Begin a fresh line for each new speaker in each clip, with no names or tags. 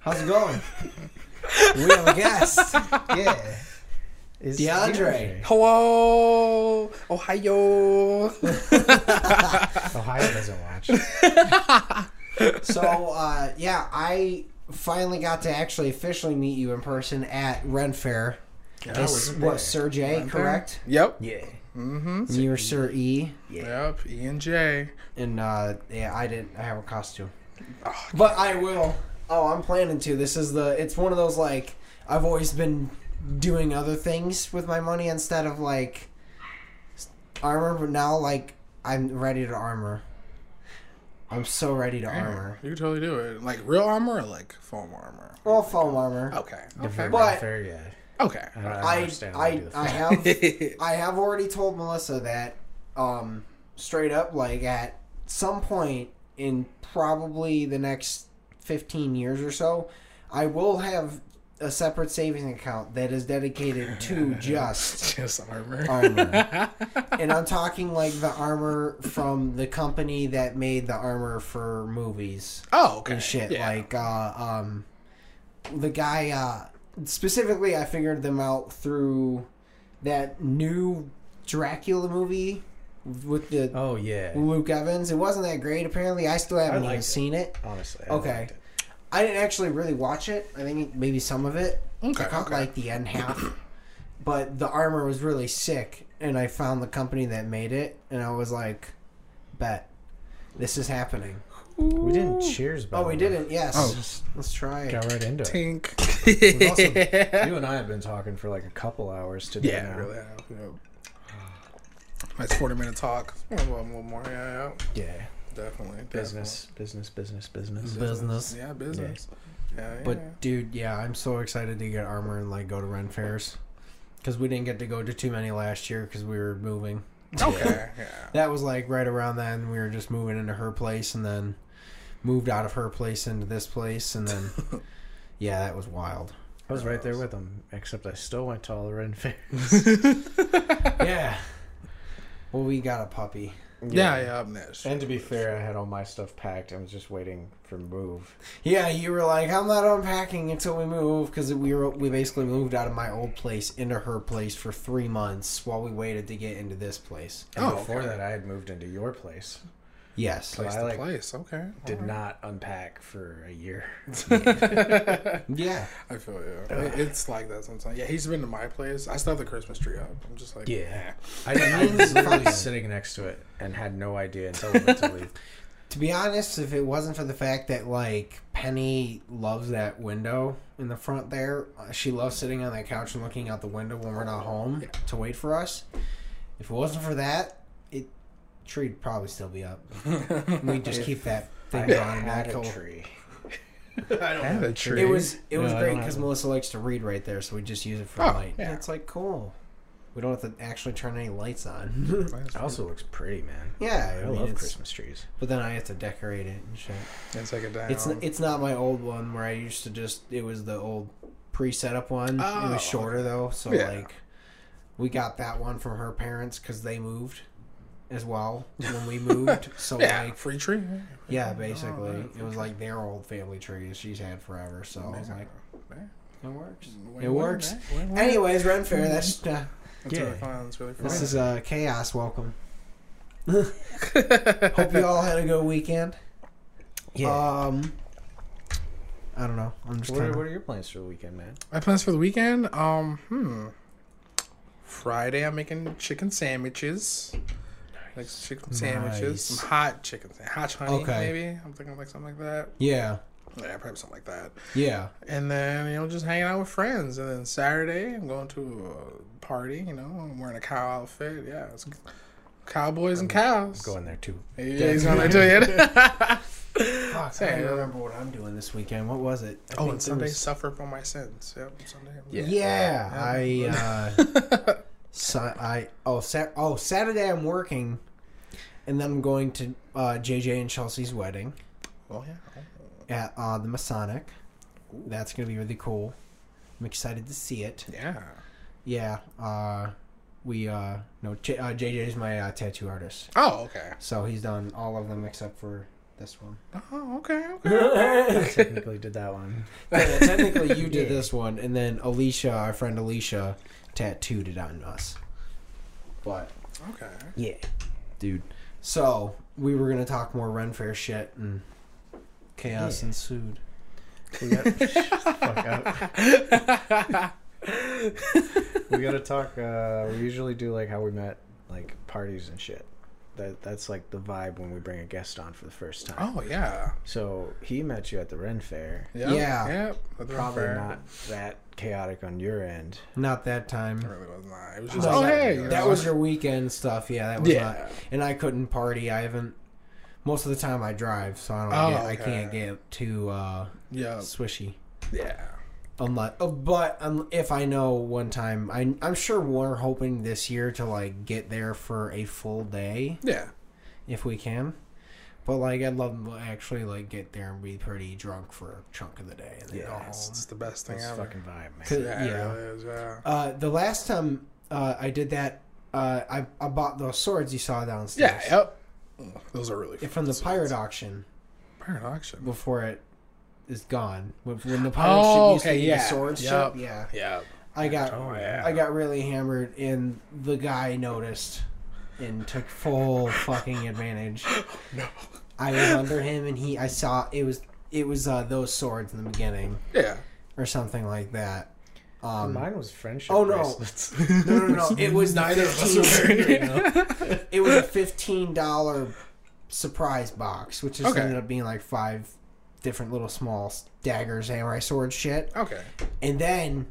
How's it going? we have a guest. Yeah.
Is
DeAndre.
Hello, Ohio.
Ohio doesn't watch.
So, uh, yeah, I finally got to actually officially meet you in person at Ren Fair. This
wasn't there.
was Sir J, correct?
Yep.
Yeah.
Mm-hmm.
You were Sir E,
Yep. E and J.
and uh, yeah, I didn't. I have a costume,
Oh,
but I will. Oh, I'm planning to. This is the. It's one of those like I've always been doing other things with my money instead of like s- armor, but now like I'm ready to armor. I'm so ready to armor.
You could totally do it. Like real armor or like foam armor?
Well, foam armor.
Okay. Okay.
Different
But-
Oh, fair, yeah.
okay.
I, don't
I
understand why they
I,
do the
I
fair.
have I have already told Melissa that um straight up like at some point in probably the next 15 years or so I will have a separate savings account that is dedicated to just
Just armor.
armor. and I'm talking like the armor from the company that made the armor for movies
oh, okay.
and shit.
Yeah.
Like, uh, um, the guy, uh, specifically, I figured them out through that new Dracula movie with the
Oh yeah.
Luke Evans. It wasn't that great, apparently. I still haven't even
liked it.
seen it.
Honestly. I
Okay.
liked it.
I didn't actually really watch it. I think maybe some of it.
Okay,
I caught
okay.
like the end half, but the armor was really sick, and I found the company that made it, and I was like, "Bet, this is happening."
We didn't cheers. By
Oh,
the
we
way.
didn't. Yes.
Oh, just
Let's try it.
Got right into it.
pink.
We've also- you and I have been talking for like a couple hours today.
yeah,
now.
really. yeah, yeah. Nice 40 minute talk. A little, little more. Yeah, yeah.
Yeah.
Definitely.
Business, business, business, business.
definitely.
Business.
Yeah, business. Yeah, yeah.
But dude, yeah, I'm so excited to get armor and like go to Ren fairs because we didn't get to go to too many last year because we were moving.
okay. Yeah.
That was like right around then. We were just moving into her place and then moved out of her place into this place and then yeah, that was wild.
I was right there with them, except I still went to all the Ren fair.
Yeah. Well, we got a puppy.
Yeah, yeah, I'm next.
And to be fair, I had all my stuff packed. I was just waiting for move.
Yeah, you were like, I'm not unpacking until we move because we were we basically moved out of my old place into her place for three months while we waited to get into this place.
And
Oh,
before
okay.
that, I had moved into your place.
Yes.
Place
Place
I,
to
like,
place. Okay.
Did not unpack for a year.
Yeah.
I feel you. It- It's like that sometimes. Yeah, he's been to my place. I still have the Christmas tree up. I'm just like,
Yeah. I, I was literally sitting next to it and had no idea until we went to leave.
To be honest, if it wasn't for the fact that like Penny loves that window in the front there, uh, she loves sitting on that couch and looking out the window when we're not home to wait for us. If it wasn't for that, it tree'd probably still be up. We just keep that thing
I
on
had
back.
a tree.
I don't have a tree.
It was it
No,
was
I
great
don't
because
have-
Melissa likes to read right there, so we just use it for
Oh,
light.
yeah.
It's like cool. We don't have to actually turn any lights on.
It also looks pretty, man.
yeah,
I,
I, mean,
love
it's-
Christmas trees.
But then I have to decorate it and shit.
It's like a down.
It's it's not my old one where I used to just it was the old pre-set up one. it
Oh.
was shorter though, so
Yeah.
like we got that one from her parents because they moved as well when we moved. So
yeah, Oh,
like
free tree.
yeah, basically it was like their old family tree that she's had forever. So I was like,
Man,
it works. oh It
win-win,
works.
man, win-win.
Anyways, Ren Fair. That's uh,
That's really
Yeah.
fun. That's really fun.
this is uh, chaos. Welcome. Hope you all had a good weekend. Um, I don't know. I'm just
Uh, What
trying
are,
to.
what are your plans for the weekend, man?
My plans for the weekend. Um, hmm. Friday, I'm making chicken sandwiches. Like chicken sandwiches,
Nice.
some hot chicken, sa- hot honey,
Okay.
maybe. I'm thinking like something like that.
Yeah.
Yeah, probably something like that.
Yeah.
And then, you know, just hanging out with friends. And then Saturday, I'm going to a party, you know, I'm wearing a cow outfit. Yeah, it's cowboys and cows.
Go in there too.
Yeah, he's not into it.
Fuck, I
Say,
don't
uh,
remember what I'm doing this weekend. What was it? I
oh,
think
and
it
Sunday,
was-
suffer for my sins. Yep, Sunday.
Yeah,
Yeah.
I. Uh, su- I oh sat- oh Saturday I'm working, and then I'm going to uh, JJ and Chelsea's wedding
Oh, yeah.
at uh, the Masonic. That's gonna be really cool. I'm excited to see it.
Yeah.
Yeah. Uh, we uh, no J- uh, JJ is my uh, tattoo artist,
Oh, okay.
so he's done all of them except for This one.
Oh, okay, okay.
I
yeah,
technically did that one.
well, technically, you did this one, and then Alicia, our friend Alicia, tattooed it on us. But
Okay.
yeah, dude. So we were gonna talk more Renfair shit, and chaos
Yeah.
ensued.
We got, fuck up. we got to talk. Uh, we usually do like how we met, like parties and shit. That that's like the vibe when we bring a guest on for the first time.
Oh yeah.
So he met you at the Ren Fair.
Yep.
Yeah.
Yep. That's
Probably
fair.
not that chaotic on your end.
Not that time.
It really was not. It was just.
No,
Oh,
that-
hey. you
that
know.
was your weekend stuff. Yeah, that was
Yeah.
not. And I couldn't party. I haven't. Most of the time I drive, so I don't.
Oh,
get, I
okay. Oh.
can't get too uh,
Yep.
swishy.
Yeah.
Unless, uh, but um, if I know one time, I, I'm sure we're hoping this year to like get there for a full day
Yeah.
if we can. But like, I'd love to actually like get there and be pretty drunk for a chunk of the day and then go
Yeah,
home.
It's, it's the best thing
That's
ever.
fucking vibe, man.
Cause-
yeah, it
yeah.
really is, yeah.
Uh, the last time uh, I did that, uh, I, I bought those swords you saw
Yeah.
downstairs
Yep. Those are really
from the pirate auction
pirate auction.
before it is gone. When when the pirate
Oh,
ship used
okay,
to be
yeah.
the sword
Yep.
ship, yeah,
Yeah.
I got
Oh yeah.
I got really hammered, and the guy noticed and took full fucking advantage.
Oh, No.
I was under him, and he I saw it was it was uh, those swords in the beginning
Yeah.
or something like that. Um,
Mine was friendship.
Oh, no.
bracelets.
no, no, no, it was
Neither of us
15
were angry
it was a fifteen dollar surprise box, which just
Okay.
ended up being like five different little small daggers, samurai sword shit.
Okay.
And then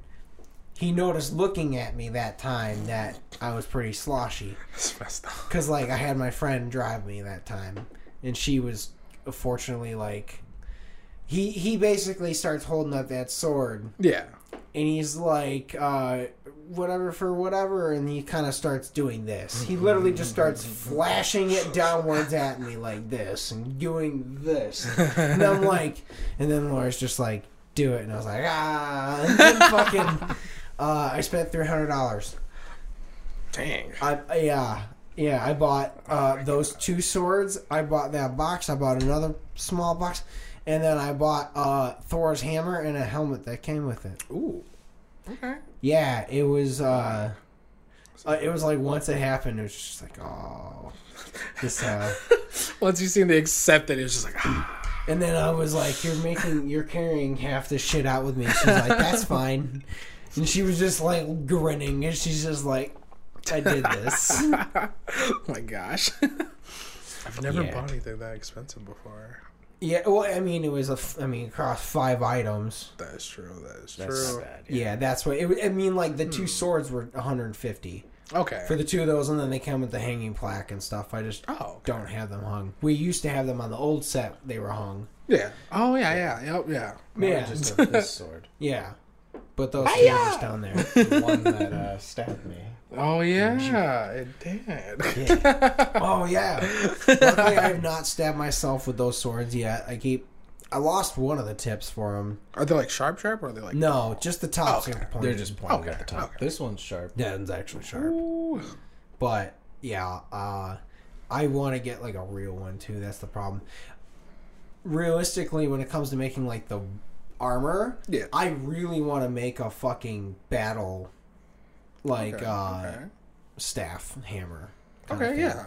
he noticed looking at me that time that I was pretty sloshy.
It's messed up.
Because, like, I had my friend drive me that time. And she was, fortunately, like. He, he basically starts holding up that sword
Yeah.
and he's like uh, whatever for whatever and he kind of starts doing this he literally just starts flashing it downwards at me like this and doing this and i'm like and then laura's just like do it and i was like ah and then fucking uh, i spent $300
Dang.
i yeah yeah i bought uh, those two swords i bought that box i bought another small box and then i bought uh, thor's hammer and a helmet that came with it
Ooh. Okay.
yeah, it was. uh, uh It was like once it happened, it was just like, oh, this. Uh,
Once you seen the accept it, it's just like ah,
and then I was like, you're making, you're carrying half this shit out with me. She's like, that's fine. And she was just like grinning, and she's just like, I did this.
oh my gosh. I've never
Yeah.
bought anything that expensive before.
yeah, well, I mean, it was a, f- I mean, across five items.
That is true. That is
That's
true.
not bad.
Yeah, that's what it. wa- I mean, like the
Hmm.
two swords were 150
Okay.
for the two of those, and then they come with the hanging plaque and stuff. I just
oh. okay.
don't have them hung. We used to have them on the old set; they were hung.
Yeah. Oh yeah. Yeah. Yep. Yeah.
Mine
Yeah.
was Just a, this sword.
Yeah. But those two are just down there.
The one that uh, stabbed me.
Oh yeah. It did.
oh yeah. Luckily I have not stabbed myself with those swords yet. I keep I lost one of the tips for them.
Are they like sharp sharp or are they like?
No, just the tops
Okay.
are pointed.
Oh, They're just pointing
Okay,
at the top.
okay.
This one's sharp.
that one's actually sharp.
Ooh.
But yeah, uh I want to get like a real one too. That's the problem. Realistically, when it comes to making like the armor,
Yeah.
I really want to make a fucking battle like
Okay,
uh
okay.
staff hammer. kind of
Okay.
thing.
Yeah.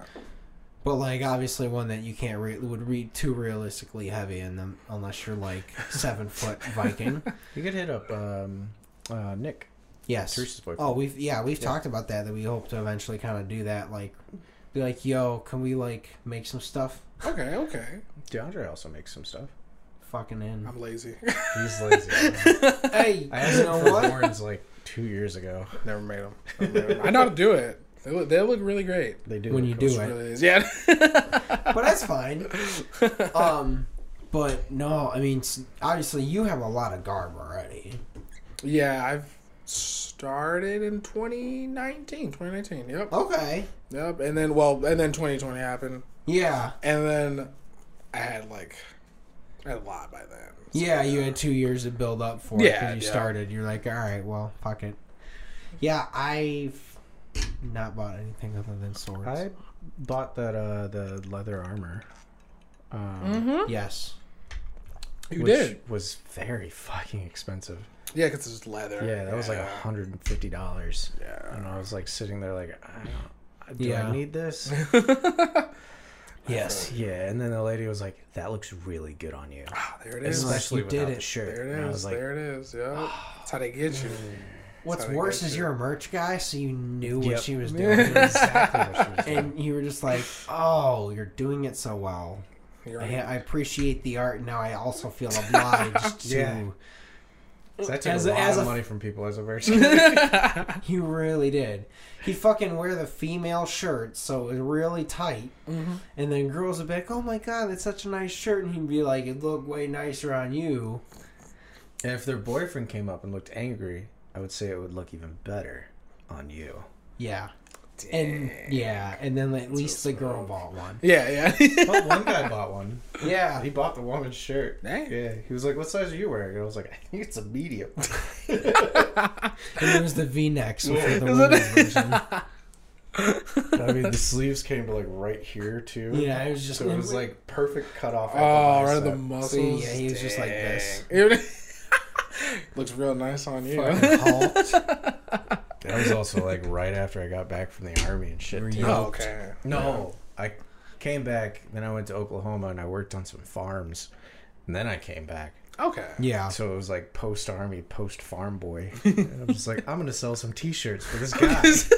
But like obviously one that you can't re- would read too realistically heavy in them unless you're like seven foot Viking.
You could hit up um, uh, Nick.
Yes.
Teresa's boyfriend.
Oh, we've yeah we've talked about that that we hope to eventually kind of do that like be like yo can we like make some stuff
Okay. Okay.
DeAndre also makes some stuff.
fucking in.
I'm lazy.
He's lazy.
hey,
I asked
you know
him for
what?
horns like two years ago.
Never made them. I know how to do it. They look, they look really great.
They do
When
look
you
cool.
do
It
it.
really is. Yeah.
But that's fine. Um, but no, I mean s- obviously you have a lot of garb already.
Yeah, I've started in 2019. 2019. Yep.
Okay.
Yep. And then, well, and then 2020 happened,
Yeah.
and then I had like I had a lot by then.
Yeah, you had two years to build up for it
Yeah,
'cause you
yeah.
started. You're like, all right, well, fuck it. Yeah, I've not bought anything other than swords.
I bought that uh, the leather armor Um,
Mm, Yes.
Mm-hmm. You
which
did.
was very fucking expensive.
Yeah, because it's leather.
Yeah, that was like hundred and fifty dollars.
Yeah.
And I was like sitting there like, I don't, do
Yeah.
I need this?
Yes.
yeah. And then the lady was like, that looks really good on you,
Ah, there it is.
It's like-
especially
you did
without
it.
the shirt.
there
and I
it
was
is.
like,
there it is. Yeah. That's how they get you.
What's
how they
worse
get
is
you.
you're a merch guy, so you knew what
Yep.
she was
I
doing.
knew exactly what she was doing.
and you were just like, "Oh, you're doing it so well.
You're
I,
right.
I appreciate the art. Now I also feel obliged to.
Yeah. 'Cause I took
As
a
a-
lot
as
of
a-
money from people as a merchant.
He really did. He'd fucking wear the female shirt, so it was really tight. And then girls would be like, "Oh my god, that's such a nice shirt," and he'd be like, "It looked way nicer on you."
and if their boyfriend came up and looked angry, I would say it would look even better on you.
Yeah. And yeah, and then at least the girl bought one.
Yeah, yeah.
But one guy bought one.
Yeah.
He bought the woman's shirt.
Dang.
Yeah. He was like, "What size are you wearing?" And I was like, "I think it's a medium."
And it was the V-necks which were the
Isn't
women's version.
I mean, the sleeves came to like right here too.
Yeah, it was just
So it was like perfect cut off. at the
Oh, right
bicep.
of the muscles.
yeah, he was just like this.
this. Looks real nice on you.
fucking hulked.
That was also like right after I got back from the army and shit. too.
Yeah.
Oh, okay.
No, I came back. Then I went to Oklahoma and I worked on some farms, and then I came back.
Okay.
Yeah.
So it was like post army, post farm boy. And I'm just like, I'm gonna sell some T-shirts for this guy.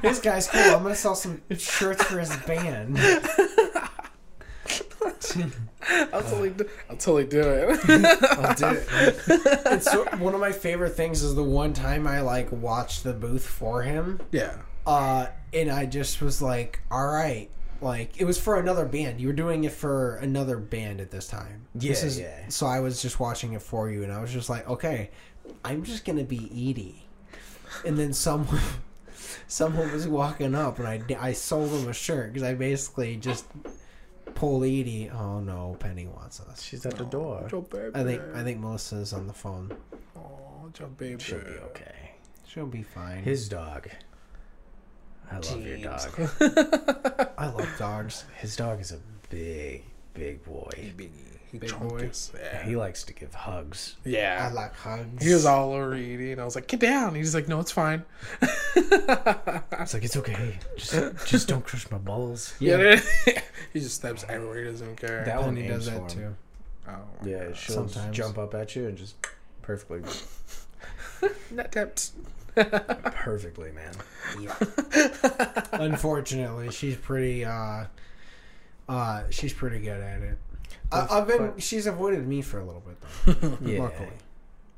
This guy's cool. I'm gonna sell some shirts for his band.
I'll totally, do, I'll totally do it.
I'll do it.
It's so, one of my favorite things is the one time I like watched the booth for him,
yeah.
uh, and I just was like, "All right." Like it was for another band. You were doing it for another band at this time. This
Yeah,
is,
yeah.
So I was just watching it for you, and I was just like, "Okay, I'm just gonna be Edie," and then someone. Someone was walking up, and I, I sold him a shirt because I basically just pulled Edie. Oh no, Penny wants us.
She's at the door.
Your baby.
I think I think Melissa's on the phone.
Oh, your baby.
She'll be okay.
She'll be fine.
His dog. I love your
James.
dog.
I love dogs.
His dog is a big, big boy.
Biggie. He
Big
chunked
boy.
us. Yeah.
He likes to give hugs.
I
Yeah.
like hugs.
He was all over Edie, and I was like, get down. He's like, no, it's fine.
It's like it's okay. Just, just don't crush my balls.
yeah.
he just steps everywhere. He doesn't care.
That one
Penny does
aims
that
for him.
too.
oh.
Yeah, she'll
Sometimes.
jump up at you and just perfectly,
Not that.
perfectly, man.
Yeah. Unfortunately, she's pretty. uh uh, she's pretty good at it. I, I've been.
But-
She's avoided me for a little bit though.
Yeah.
Luckily,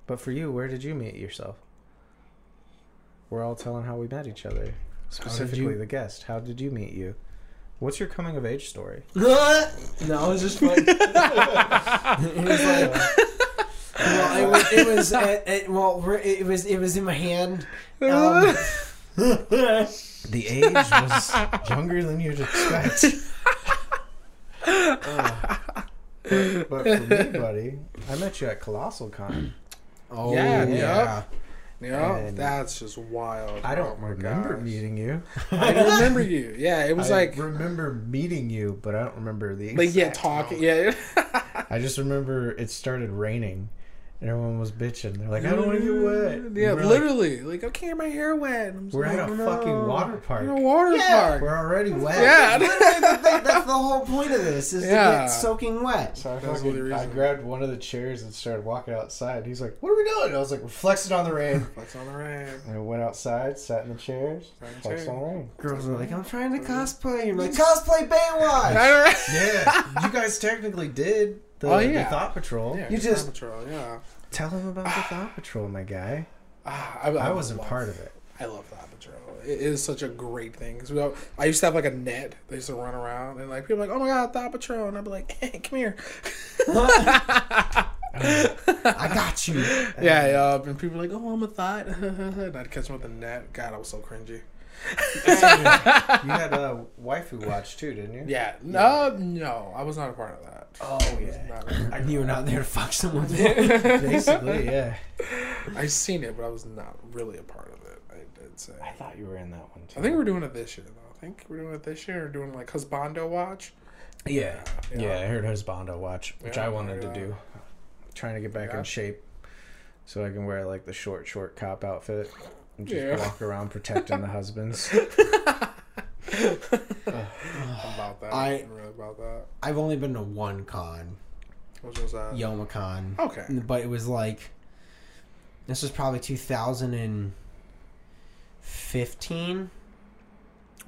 But for you, where did you meet yourself? We're all telling how we met each other. Specifically,
you-
the guest. How did you meet you? What's your coming of age story?
no, it was just like it was like. Well, it was. It was it, it, well, re- it was. It was in my hand. Um,
The age was younger than you'd expect. Uh, but, but for me, buddy, I met you at Colossal Con.
oh
Yeah, yeah.
yeah.
Yeah,
And-
that's just wild.
I don't
Oh my
remember
gosh.
meeting you.
I don't remember you. Yeah, it was
I
like,
remember meeting you, but I don't remember the
like yeah,
exact
talking. Yeah,
I just remember it started raining, and everyone was bitching. They're like, "I don't want to get wet." And
yeah,
we're like,
literally. Like, okay, my hair wet. I'm just
we're
like,
at a
no.
fucking water park.
In a water park.
We're already wet.
Yeah.
Literally, the thing- that's the whole point of this is to
Yeah.
get soaking wet.
So I,
That's
fucking-
the only
I
reason.
grabbed one of the chairs and started walking outside. And he's like, "What are we doing?" And I was like, "Reflecting on the rain."
Flex on the rain.
and I went outside, sat in the chairs,
Sat in the
flexed
chair.
on the rain.
Girls are like, I'm trying to cosplay. You're like, cosplay Baywatch.
Yeah, you guys technically did the,
Oh, yeah.
Thought Patrol.
Yeah,
You
Time
just-
Patrol, yeah.
Tell him about the Thought Patrol, my guy.
Ah, I,
I wasn't
love-
part of it.
I love the Hot Patrol. It is such a great thing. 'Cause we all, I used to have like a net. They used to run around and like people were like, oh my god, the Hot Patrol, and I'd be like, hey, come here.
I got you.
yeah, yeah. And people were like, oh, I'm a thought, and I'd catch them with a net. God, I was so cringy.
You had a waifu watch too, didn't you?
Yeah. No, no, I was not a part of that.
Oh yeah.
Not-
You were not there to fuck someone. Did
Basically, yeah.
I seen it, but I was not really a part of it. I did say.
I thought you were in that one too.
I think we're doing it this year, though. I think we're doing it this year. We're doing like Husbando Watch.
Yeah.
Yeah, I heard Husbando watch, which
Yeah,
I wanted to
yeah.
do. Trying to get back
Yeah.
in shape so I can wear like the short, short cop outfit and just
Yeah.
walk around protecting the husbands.
about that.
I-
really about that.
I've only been to one con,
Which was that?
YomaCon.
Okay.
But it was like this was probably 2015.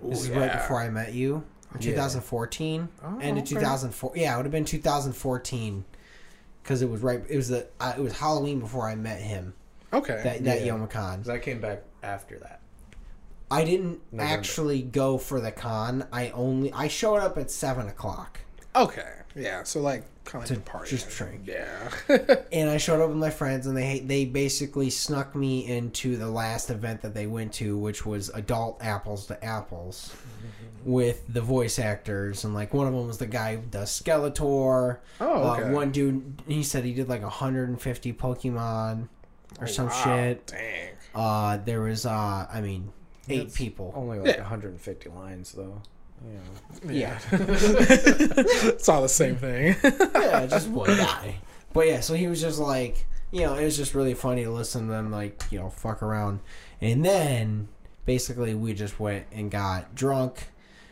This is right before I met you. in
Yeah.
2014
Oh,
and in
okay.
2004. Yeah, it would have been 2014 because it was right. It was the uh, it was Halloween before I met him.
Okay.
That that
Yeah.
YomaCon.
'Cause I came back after that.
I didn't
November.
actually go for the con. I only I showed up at seven o'clock
okay. Yeah. So like kind of
To
like the party.
just drink.
Yeah.
and I showed up with my friends, and they they basically snuck me into the last event that they went to, which was adult apples to apples,
Mm-hmm.
with the voice actors, and like one of them was the guy who does Skeletor.
oh.
Uh,
Okay.
one dude, he said he did like 150 Pokemon or
Oh,
some
wow.
shit.
Dang.
Uh, there was, uh, I mean, eight
That's
people.
Only like
Yeah.
150 lines though. You know.
Yeah.
it's all the same thing.
yeah, just one guy. But yeah, so he was just like, you know, it was just really funny to listen to them like, you know, fuck around. And then basically we just went and got drunk.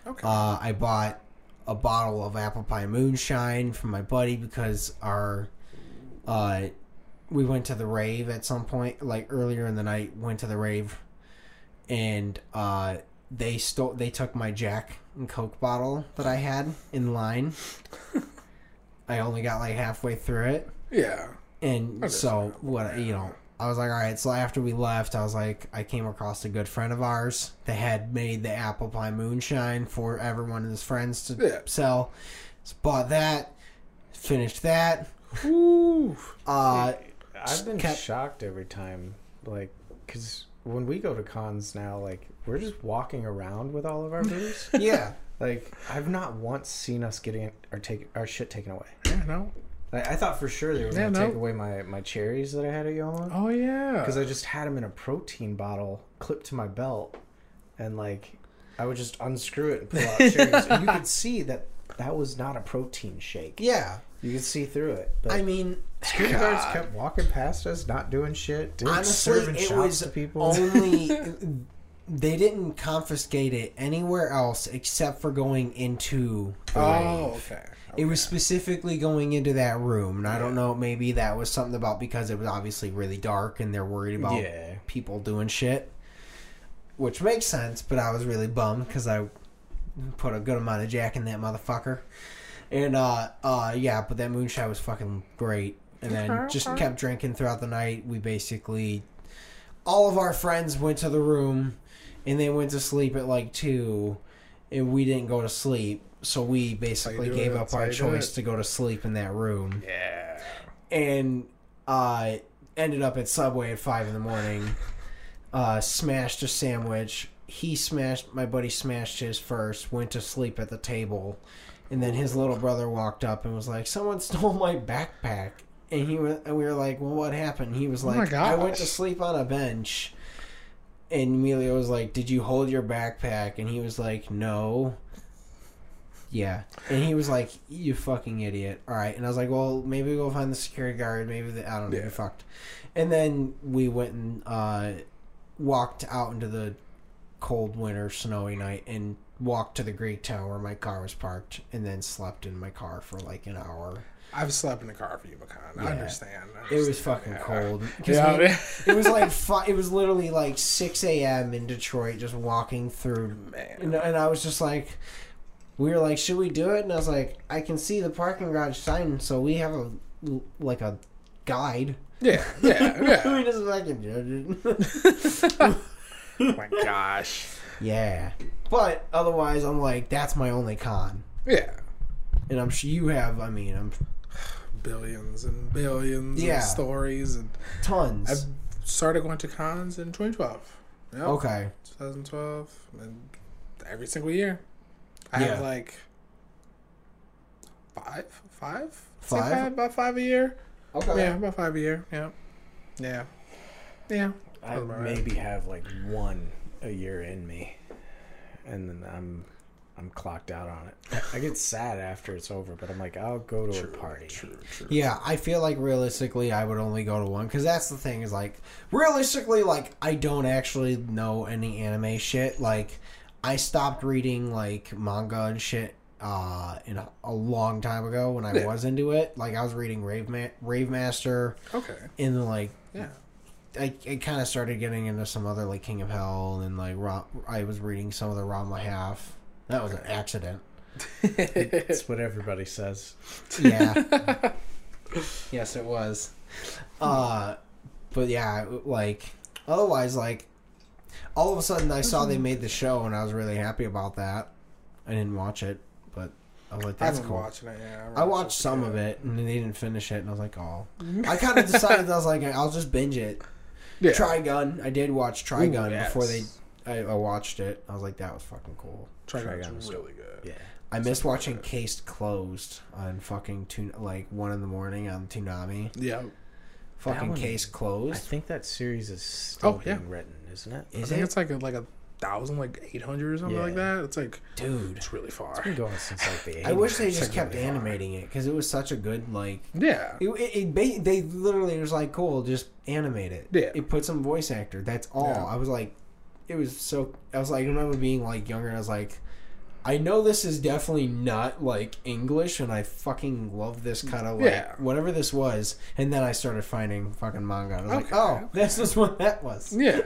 okay.
Uh, I bought a bottle of apple pie moonshine from my buddy because our uh, we went to the rave at some point, like earlier in the night. Went to the rave, and uh, they stole. They took my Jack and Coke bottle that I had in line. I only got like halfway through it,
yeah.
and
Understand.
so what you know. I was like, all right. So after we left, I was like, I came across a good friend of ours that had made the apple pie moonshine for everyone and his friends to
Yeah.
sell. So bought that, finished that.
Ooh.
Uh,
I've been
kept-
shocked every time, like, because when we go to cons now, like, we're just walking around with all of our booze.
yeah,
like, I've not once seen us getting our take our shit taken away.
Yeah. No.
Like, I thought for sure they were
Yeah,
gonna
no.
take away my my cherries that I had at Yoma
Oh yeah.
because I just had them in a protein bottle clipped to my belt, and like, I would just unscrew it and pull out cherries, and you could see that that was not a protein shake.
yeah.
You could see through it. But
I mean,
Security guards kept walking past us, not doing shit. Dude,
honestly,
serving
it
shots
was
to people.
only they didn't confiscate it anywhere else except for going into the
oh.
rave.
Okay.
It was specifically going into that room, and I don't know. Maybe that was something about because it was obviously really dark, and they're worried about
yeah,
people doing shit, which makes sense. But I was really bummed because I put a good amount of jack in that motherfucker, and uh, uh, yeah. But that moonshine was fucking great, and then just kept drinking throughout the night. We basically all of our friends went to the room, and they went to sleep at like two, and we didn't go to sleep. So we basically
do
gave
it.
up
That's how
our
you do
choice
it.
to go to sleep in that room
Yeah.
and uh, ended up at Subway at five in the morning. Uh, smashed a sandwich. He smashed my buddy smashed his first. Went to sleep at the table, and then his little brother walked up and was like, "Someone stole my backpack." And he went, and we were like, "Well, what happened?" He was
Oh my
like, "I went
gosh.
to sleep on a bench." And Emilio was like, "Did you hold your backpack?" And he was like, "No." Yeah. And he was like, "You fucking idiot!" All right. And I was like, "Well, maybe we'll find the security guard. Maybe the I don't know.
Yeah.
You're fucked." And then we went and uh, walked out into the cold winter, snowy night, and walked to the Greek Tower where my car was parked, and then slept in my car for like an hour.
I've slept in the car for Yumacon.
Yeah.
I understand. I
It was
understand.
fucking
Yeah.
cold. 'Cause
Yeah.
we- it was like fi- it was literally like six a.m. in Detroit, just walking through
Man.
and, and I was just like, we were like, should we do it? And I was like, I can see the parking garage sign, so we have a like a guide.
Yeah. Yeah. Oh, Yeah.
we just fucking judge it.
oh my gosh.
yeah, but otherwise, I'm like, that's my only con.
Yeah.
And I'm sure you have. I mean, I'm
Billions and billions
Yeah.
of stories and
tons.
I've started going to cons in 2012. Yep.
okay,
2012 and every single year. I have
Yeah.
like five, five, Say
Five?
about five a year.
okay,
Yeah, about five a year. Yeah, yeah, yeah.
I maybe have like one a year in me, and then I'm I'm clocked out on it. I get sad after it's over, but I'm like, I'll go to a party.
True, true.
Yeah, I feel like realistically, I would only go to one because that's the thing is like realistically, like I don't actually know any anime shit. Like I stopped reading like manga and shit uh in a, a long time ago when I
Yeah.
was into it. Like I was reading Rave Ma- Rave Master
Okay.
in like
Yeah.
I, I kind of started getting into some other like King of Hell and like Ra- I was reading some of the Rama half. That was an accident.
That's what everybody says.
Yeah. yes, it was. Uh, but yeah, it- like otherwise, like all of a sudden I saw they made the show and I was really happy about that. I didn't watch it, but I was like,
I've
that's
been
cool.
watching it. Yeah. Mm-hmm.
I watched some of it and then they didn't finish it, and I was like, oh. I kind of decided I was like, I'll just binge it.
Yeah.
Trigun. I did watch Trigun
Ooh,
before they.
yes.
I, I watched it. I was like, that was fucking cool.
Trigun's
Trigun was
really good.
Yeah.
I miss watching Cased Closed on fucking tun- like one in the morning on Toonami.
Yeah.
Fucking
one-
Case
I
Closed.
think that series is still
Oh, yeah.
being written, isn't it?
I
Is
think
it,
it's like a, like a thousand, like eight hundred or something like
Yeah.
that. It's like
dude?
it's really far.
Been going since like the 80s.
I wish they
It's
just
like
kept
really far.
animating it because it was such a good like.
Yeah.
It, it, it ba- they literally was like, cool, just animate it.
Yeah.
It put some voice actor. That's all.
Yeah.
I was like, it was so. I was like, I remember being like younger. and I was like, I know this is definitely not like English, and I fucking love this kind of like
Mm, Yeah.
whatever this was. And then I started finding fucking manga. And I was like,
Okay,
oh,
okay.
this is what that was.
Yeah.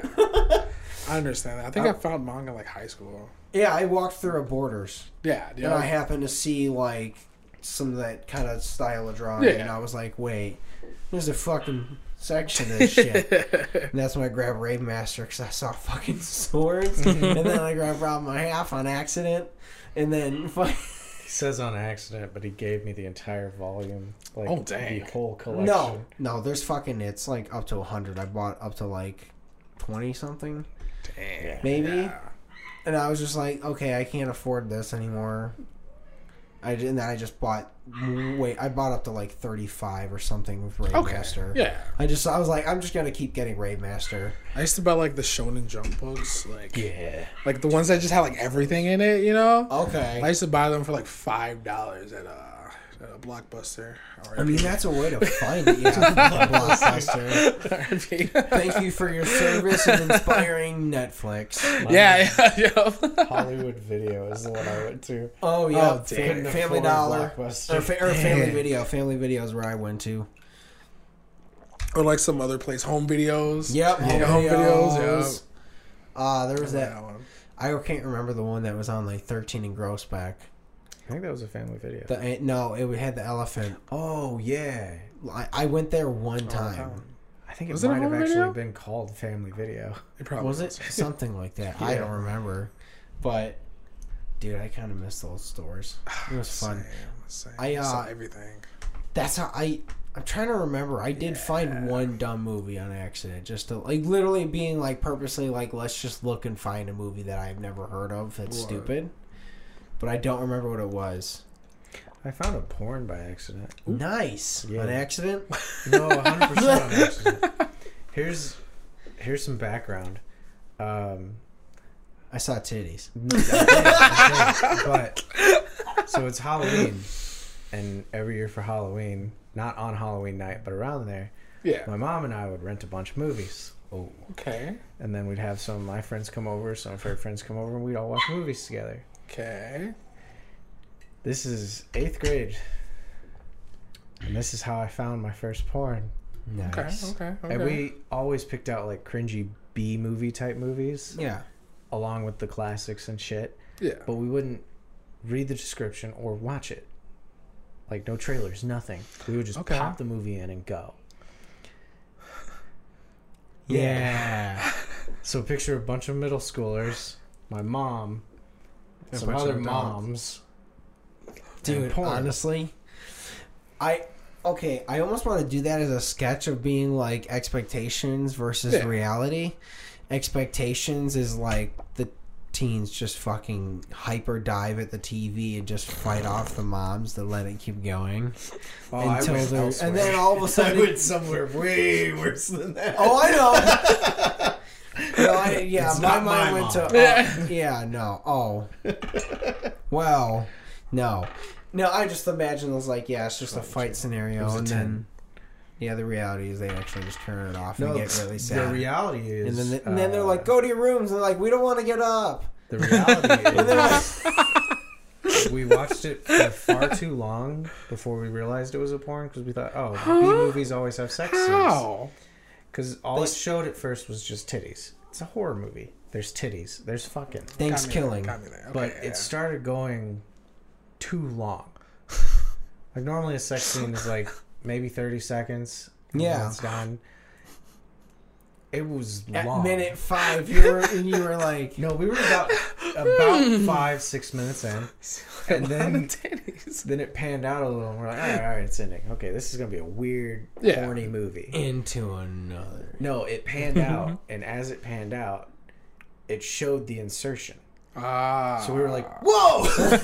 I understand that. I
Oh.
think I found manga like high school.
Yeah, I walked through a Borders.
Yeah.
and I
Yeah.
happened to see like some of that kind of style of drawing, and
Yeah.
I was like, wait, there's a fucking section of this shit. and that's when I grabbed Rave Master because I saw fucking swords, and
Mhm.
then I grabbed Rob my half on accident, and then fuck-
He says on accident, but he gave me the entire volume. Like,
Oh, dang.
The whole collection.
no, no, there's fucking it's like up to hundred. I bought up to like twenty something,
Damn.
maybe.
Yeah.
and I was just like, okay, I can't afford this anymore. I did- and then I just bought wait, I bought up to like thirty five or something with Raid
Okay.
Master.
Yeah.
I just I was like, I'm just gonna keep getting Raid Master.
I used to buy like the Shonen Jump books, like
Yeah.
like the ones that just had like everything in it, you know.
Okay.
I used to buy them for like five dollars at a at a blockbuster. Or
I mean that's a way to find it, yeah. Blockbuster. Thank you for your service and inspiring Netflix.
yeah, yeah, yeah.
Hollywood Video is the one I went to.
Oh yeah,
Oh, damn.
Fam-
Couldn't
Family
afford
Dollar or,
Blockbuster.
fa- or Family
Damn.
Video. Family Video is where I went to.
or like some other place, home videos.
Yep, home
Yeah, home videos.
videos. Uh, there was
Yeah.
that.
one.
I can't remember the one that was on like 13 and gross back.
I think that was a family video.
The, eh, no, it had the elephant.
oh, yeah.
I, I went there
Oh,
one
that
time.
one.
I think it
Was it a
might have
home
actually
video?
been called Family Video.
It probably
was it something like that? I
Yeah.
don't remember. But dude, I kind of miss those stores. It was fun.
Same, same.
I,
I saw
uh,
everything.
That's how I. I'm trying to remember. I did find one dumb movie on accident, just to like literally being like purposely like let's just look and find a movie that I've never heard of that's
What?
stupid. But I don't remember what it was.
I found a porn by accident.
Nice
Yeah.
on accident.
No, 100 percent on accident. Here's here's some background. Um,
I saw titties.
but so it's Halloween, and every year for Halloween, not on Halloween night, but around there,
Yeah.
my mom and I would rent a bunch of movies,
Oh,
Okay.
and then we'd have some of my friends come over, some of her friends come over, and we'd all watch movies together.
Okay.
This is eighth grade, and this is how I found my first porn.
nice.
Okay. Okay. Okay.
And we always picked out like cringy B movie type movies,
Yeah.
along with the classics and shit.
yeah.
but we wouldn't read the description or watch it. Like no trailers, nothing. We would just
Okay.
pop the movie in and go.
Yeah.
So picture a bunch of middle schoolers, my mom,
A
some
bunch
other
of adults.
moms.
Dude,
And porn.
honestly, I okay, I almost want to do that as a sketch of being like expectations versus
Yeah.
reality. Expectations is like the teens just fucking hyper dive at the TV and just fight off the moms to let it keep going
Oh, I
until
went
they're-
elsewhere.
and then all of a
I
sudden
Oh, went somewhere way worse than that.
Oh, I Oh, know. No, I, yeah,
It's
my
not my
mind went
mom.
to. oh, yeah, no. Oh. well, no. No, I just imagine it was like, yeah, it's just a fight scenario.
a
and
10.
then, yeah, the reality is they actually just turn it off and get really
the
sad.
reality is,
and then, they, and then they're
uh,
like, go to your rooms. And they're like, we don't want to get up.
The reality
And they're like,
is, we watched it for far too long before we realized it was a porn because we thought, oh, B movies always have sex scenes.
How?
Because all it showed at first was just titties. It's a horror movie. There's titties. There's fucking.
thanks,
Got me
killing.
There, got me there. Okay,
But
yeah.
it started going too long. like normally a sex scene is like maybe thirty seconds. and then
Yeah.
it's done. It was
At
long.
minute five, you were, and you were like,
No, we were about about five six minutes in, and then
titties.
then it panned out a little. And we're like, all right, all right, it's ending. Okay, this is gonna be a weird,
Yeah.
horny movie.
into another.
No, it panned out, and as it panned out, it showed the insertion.
Ah.
So we were like,
Whoa!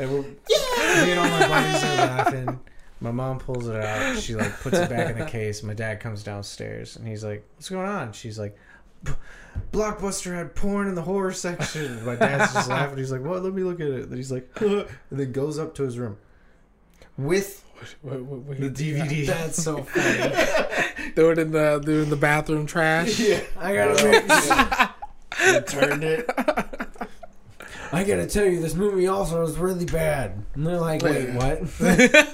and we're, me and all my buddies are laughing. My mom pulls it out. She like puts it back in the case. My dad comes downstairs, and he's like, "What's going on?" She's like. "B- Blockbuster had porn in the horror section. My dad's just laughing. He's like, "What? Let me look at it." And he's like, and then goes up to his room with
What- what- what-
the DVD.
That's so funny.
Do it in the do it in the bathroom trash. Yeah.
I gotta make
turned it.
I gotta tell you, this movie also was really bad. And they're like, wait, what?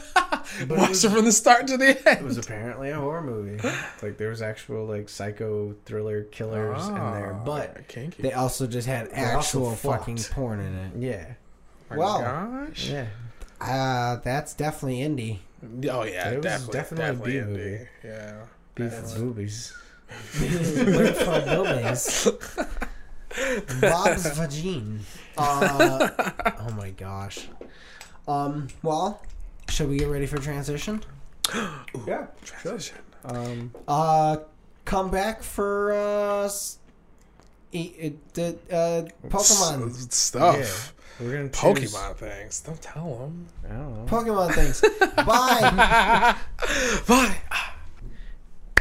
Watch it from the start to the
It
end.
was apparently a horror movie. Like there was actual like psycho thriller killers in there, but
Ah, kinky.
They also just had
also
actual
fucked.
fucking porn in it.
yeah,
Oh My
Wow.
gosh.
yeah.
Uh, that's definitely indie.
Oh yeah,
It was
definitely,
definitely a
definitely
B
a
movie.
B. Yeah.
Beef movies.
Went from Bilbies. Bob's Vagine. Uh, oh my gosh. Um, well, should we get ready for transition?
Yeah.
Transition.
Um.
Uh, come back for, uh, s- e- it- it- uh, Pokemon.
S- stuff.
We're gonna choose-
Pokemon things. Don't tell them.
I don't know.
Pokemon things. Bye.
Bye.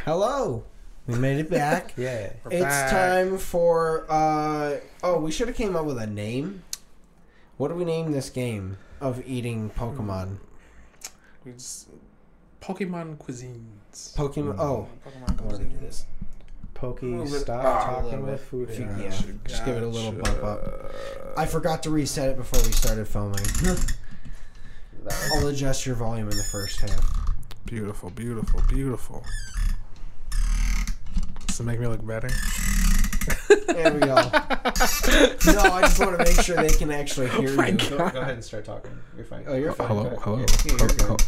Hello. We made it back.
Yeah.
It's
back.
time for uh oh, we should have came up with a name. What do we name this game of eating Pokemon?
We just Pokemon cuisines.
Pokemon oh,
Pokemon
I want to do
cuisines.
this.
Pokey,
Little bit-
stop
ah,
talking
little
with
bit.
food.
If you-
Yeah.
yeah, just give it a little
Gotcha.
bump up. I forgot to reset it before we started filming. I'll adjust your volume in the first half.
Beautiful, beautiful, beautiful. Does it make me look better?
There we go. no, I just want to make sure they can actually hear you.
Go, go ahead and start talking. You're fine.
Oh, you're fine.
Hello,
Go
hello.
ahead. Yeah,
hello,
you're good.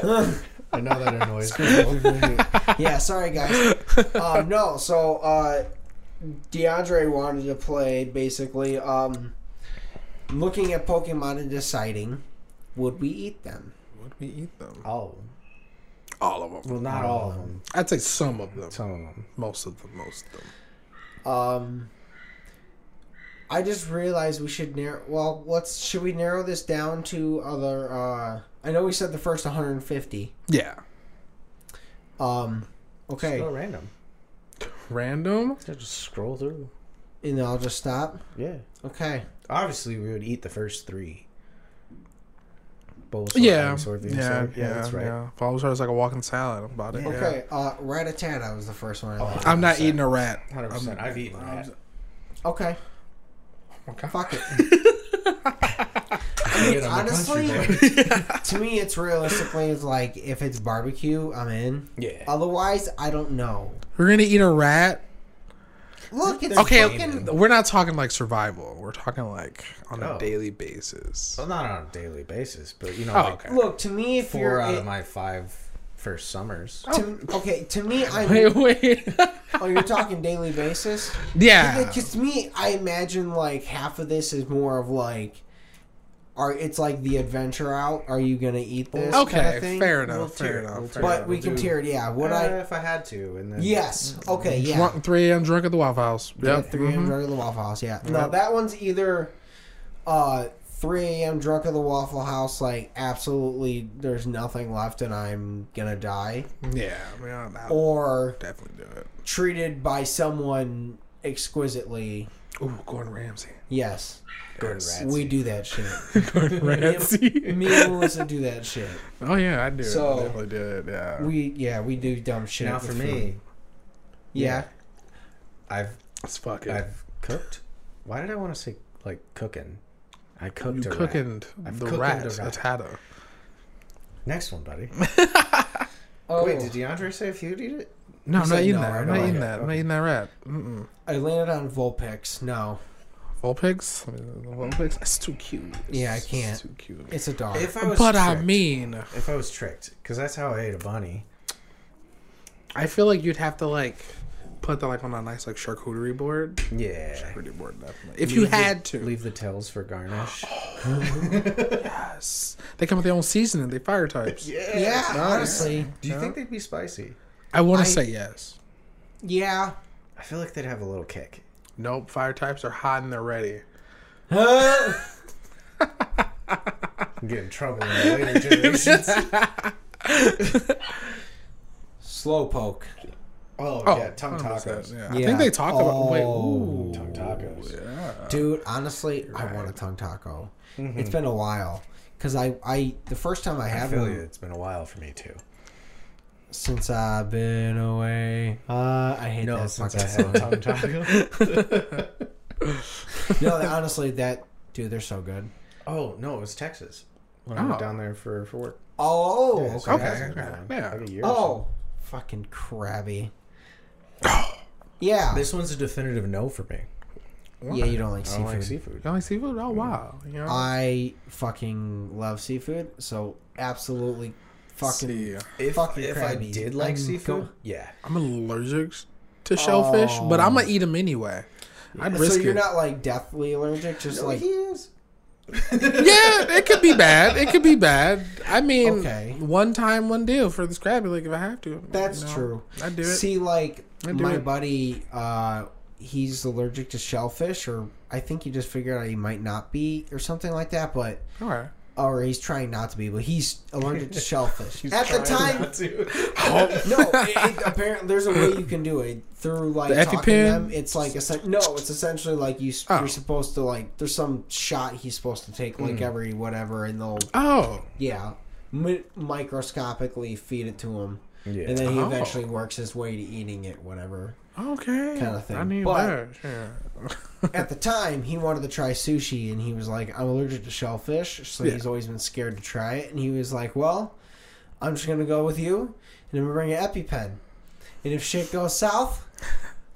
hello, uh,
I know that annoys people.
yeah, sorry guys. um, no, so uh, DeAndre wanted to play basically um, looking at Pokemon and deciding would we eat them.
would we eat them?
all.
All of them.
Well, not all of them.
I'd say some of them.
Some of them.
Most of them. Most of them.
Um, I just realized we should narrow. Well, let's should we narrow this down to other? Uh, I know we said the first 150.
Yeah.
Um,
Just
okay,
Go random.
Random.
Yeah, Just scroll through.
and I'll just stop.
Yeah.
Okay.
obviously we would eat the first three. Bowls
Yeah.
Swordfish,
Yeah.
sword-
Yeah.
that's right.
Yeah. Follows her is like a walking salad. I'm about it. Yeah.
Okay. Uh, Rattata was the first one. I liked.
I'm not eating a rat.
100%. I've eaten
I'm-
that.
Okay.
Oh my God.
Fuck it.
I get on my
honestly,
country road.
to me, it's realistically it's like if it's barbecue, I'm in.
yeah.
Otherwise, I don't know.
We're gonna eat a rat.
Look, it's
Okay,
fucking.
we're not talking like survival. We're talking like on a
Oh.
daily basis.
well, not on a daily basis, but you know,
Oh,
like
okay.
Look to me, if
four
you're
out
it-
of my five first summers.
to, okay, to me, I
Wait, wait.
oh, you're talking daily basis.
yeah.
Because to me, I imagine like half of this is more of like, are it's like the adventure out. Are you gonna eat this?
Okay,
kinda thing?
fair enough.
We'll
fair
tear it,
enough.
we'll
fair
tear
But
it.
enough.
we
we'll
can
do-
tear it. Yeah. Would
uh,
I?
if I had to, and then
Yes. Okay. Yeah.
Drunk, 3 a.m. drunk at the Waffle House.
Yeah, Mm-hmm.
Yep.
three
mhm.
mm-hmm. the Waffle House. Yeah. No, that one's either uh 3 a.m. drunk at the Waffle House, like absolutely, there's nothing left, and I'm gonna die.
Yeah, I mean, I'll,
Oh.
I'll
Or
definitely do it.
treated by someone exquisitely.
Ooh, Gordon Ramsay.
Yes,
Gordon
Yes.
Ramsay.
we do that shit.
Gordon Ramsay.
Me and Melissa do that shit.
oh yeah, I do. it.
So-
I definitely do it. Yeah.
We yeah, we do dumb shit.
Now
with
for
food.
me,
yeah.
I've
It's fucking.
I've cooked. Why did I want to say like cooking? I cooked.
you
a rat.
cooking
I've
the
cooking
rat,
the rat.
Atata.
Next one, buddy.
Oh,
Wait, did DeAndre say if you'd eat it?
No,
You
I'm
said
not eating
no,
that.
right?
I'm not
Oh,
eating
okay,
that. I'm not eating that rat. Mm-mm.
I landed on Vulpix. No,
Vulpix? Vulpix? That's too cute.
Yeah, I
It's
can't.
too cute.
it's a dog.
If I was
but
tricked,
I mean,
if I was tricked, because that's how I ate a bunny.
I feel like you'd have to like put that like on a nice like charcuterie board.
Yeah.
Charcuterie board, definitely. If you had to,
leave the tails for garnish.
yes. They come with their own seasoning. They fire types.
yeah, honestly,
Do you think they'd be spicy?
I want
I-
to say yes.
yeah.
I feel like they'd have a little kick.
Nope. Fire types are hot and they're ready.
I'm getting in trouble in the later generations.
Slowpoke.
Oh, yeah, tongue
100%,
tacos.
Yeah. I
Yeah.
think they talk about. Wait,
Oh.
ooh.
Tongue tacos.
Yeah.
Dude, honestly, I want a tongue taco. It's been a while because I, I the first time I
I
had
feel
one
you. It's been a while for me too.
since I've been away. Uh, I hate
No,
that
since I
fucking
had
song.
tongue tacos.
no, that- honestly, that dude, they're so good.
oh no, it was Texas when I
Oh.
went down there for for work.
Oh,
Yeah, so
okay.
it hasn't
okay,
been around,
yeah.
Like a year or so.
Oh, fucking crabby. yeah,
This one's a definitive no for me.
yeah, you don't like
I don't
seafood.
like seafood.
Y'all like seafood? Oh wow. You know.
I fucking love seafood, so absolutely fucking
See,
If,
Fuck your
if I
crabby.
did like
I'm
seafood,
go-
yeah.
I'm allergic to shellfish, but I'm gonna eat them anyway. I'd risk
so you're
it.
not like deathly allergic, just like
is.
yeah, it could be bad. It could be bad. I mean,
Okay.
one time, one deal for the Scrabby. Like if I have to,
that's
you know,
true.
I do it.
See, like
I do
my
it.
buddy, uh, he's allergic to shellfish, or I think he just figured out he might not be, or something like that. But
All right.
or he's trying not to be, but he's allergic to shellfish.
He's
At the
trying
time,
not to.
no. It, it, apparently, there's a way you can do it through like
The
talking
EpiPen?
to them. It's like essen- no, it's essentially like you s
Oh.
you're supposed to like there's some shot he's supposed to take
Mm.
like every whatever, and they'll
Oh,
yeah mi- microscopically feed it to him.
Yeah.
And then he
Oh.
eventually works his way to eating it, whatever.
okay.
Kinda thing,
I need
but-
that. Yeah.
At the time, he wanted to try sushi, and he was like, "I'm allergic to shellfish," so
Yeah.
he's always been scared to try it. And he was like, "Well, I'm just gonna go with you, and I'm gonna bring an EpiPen, and if shit goes south,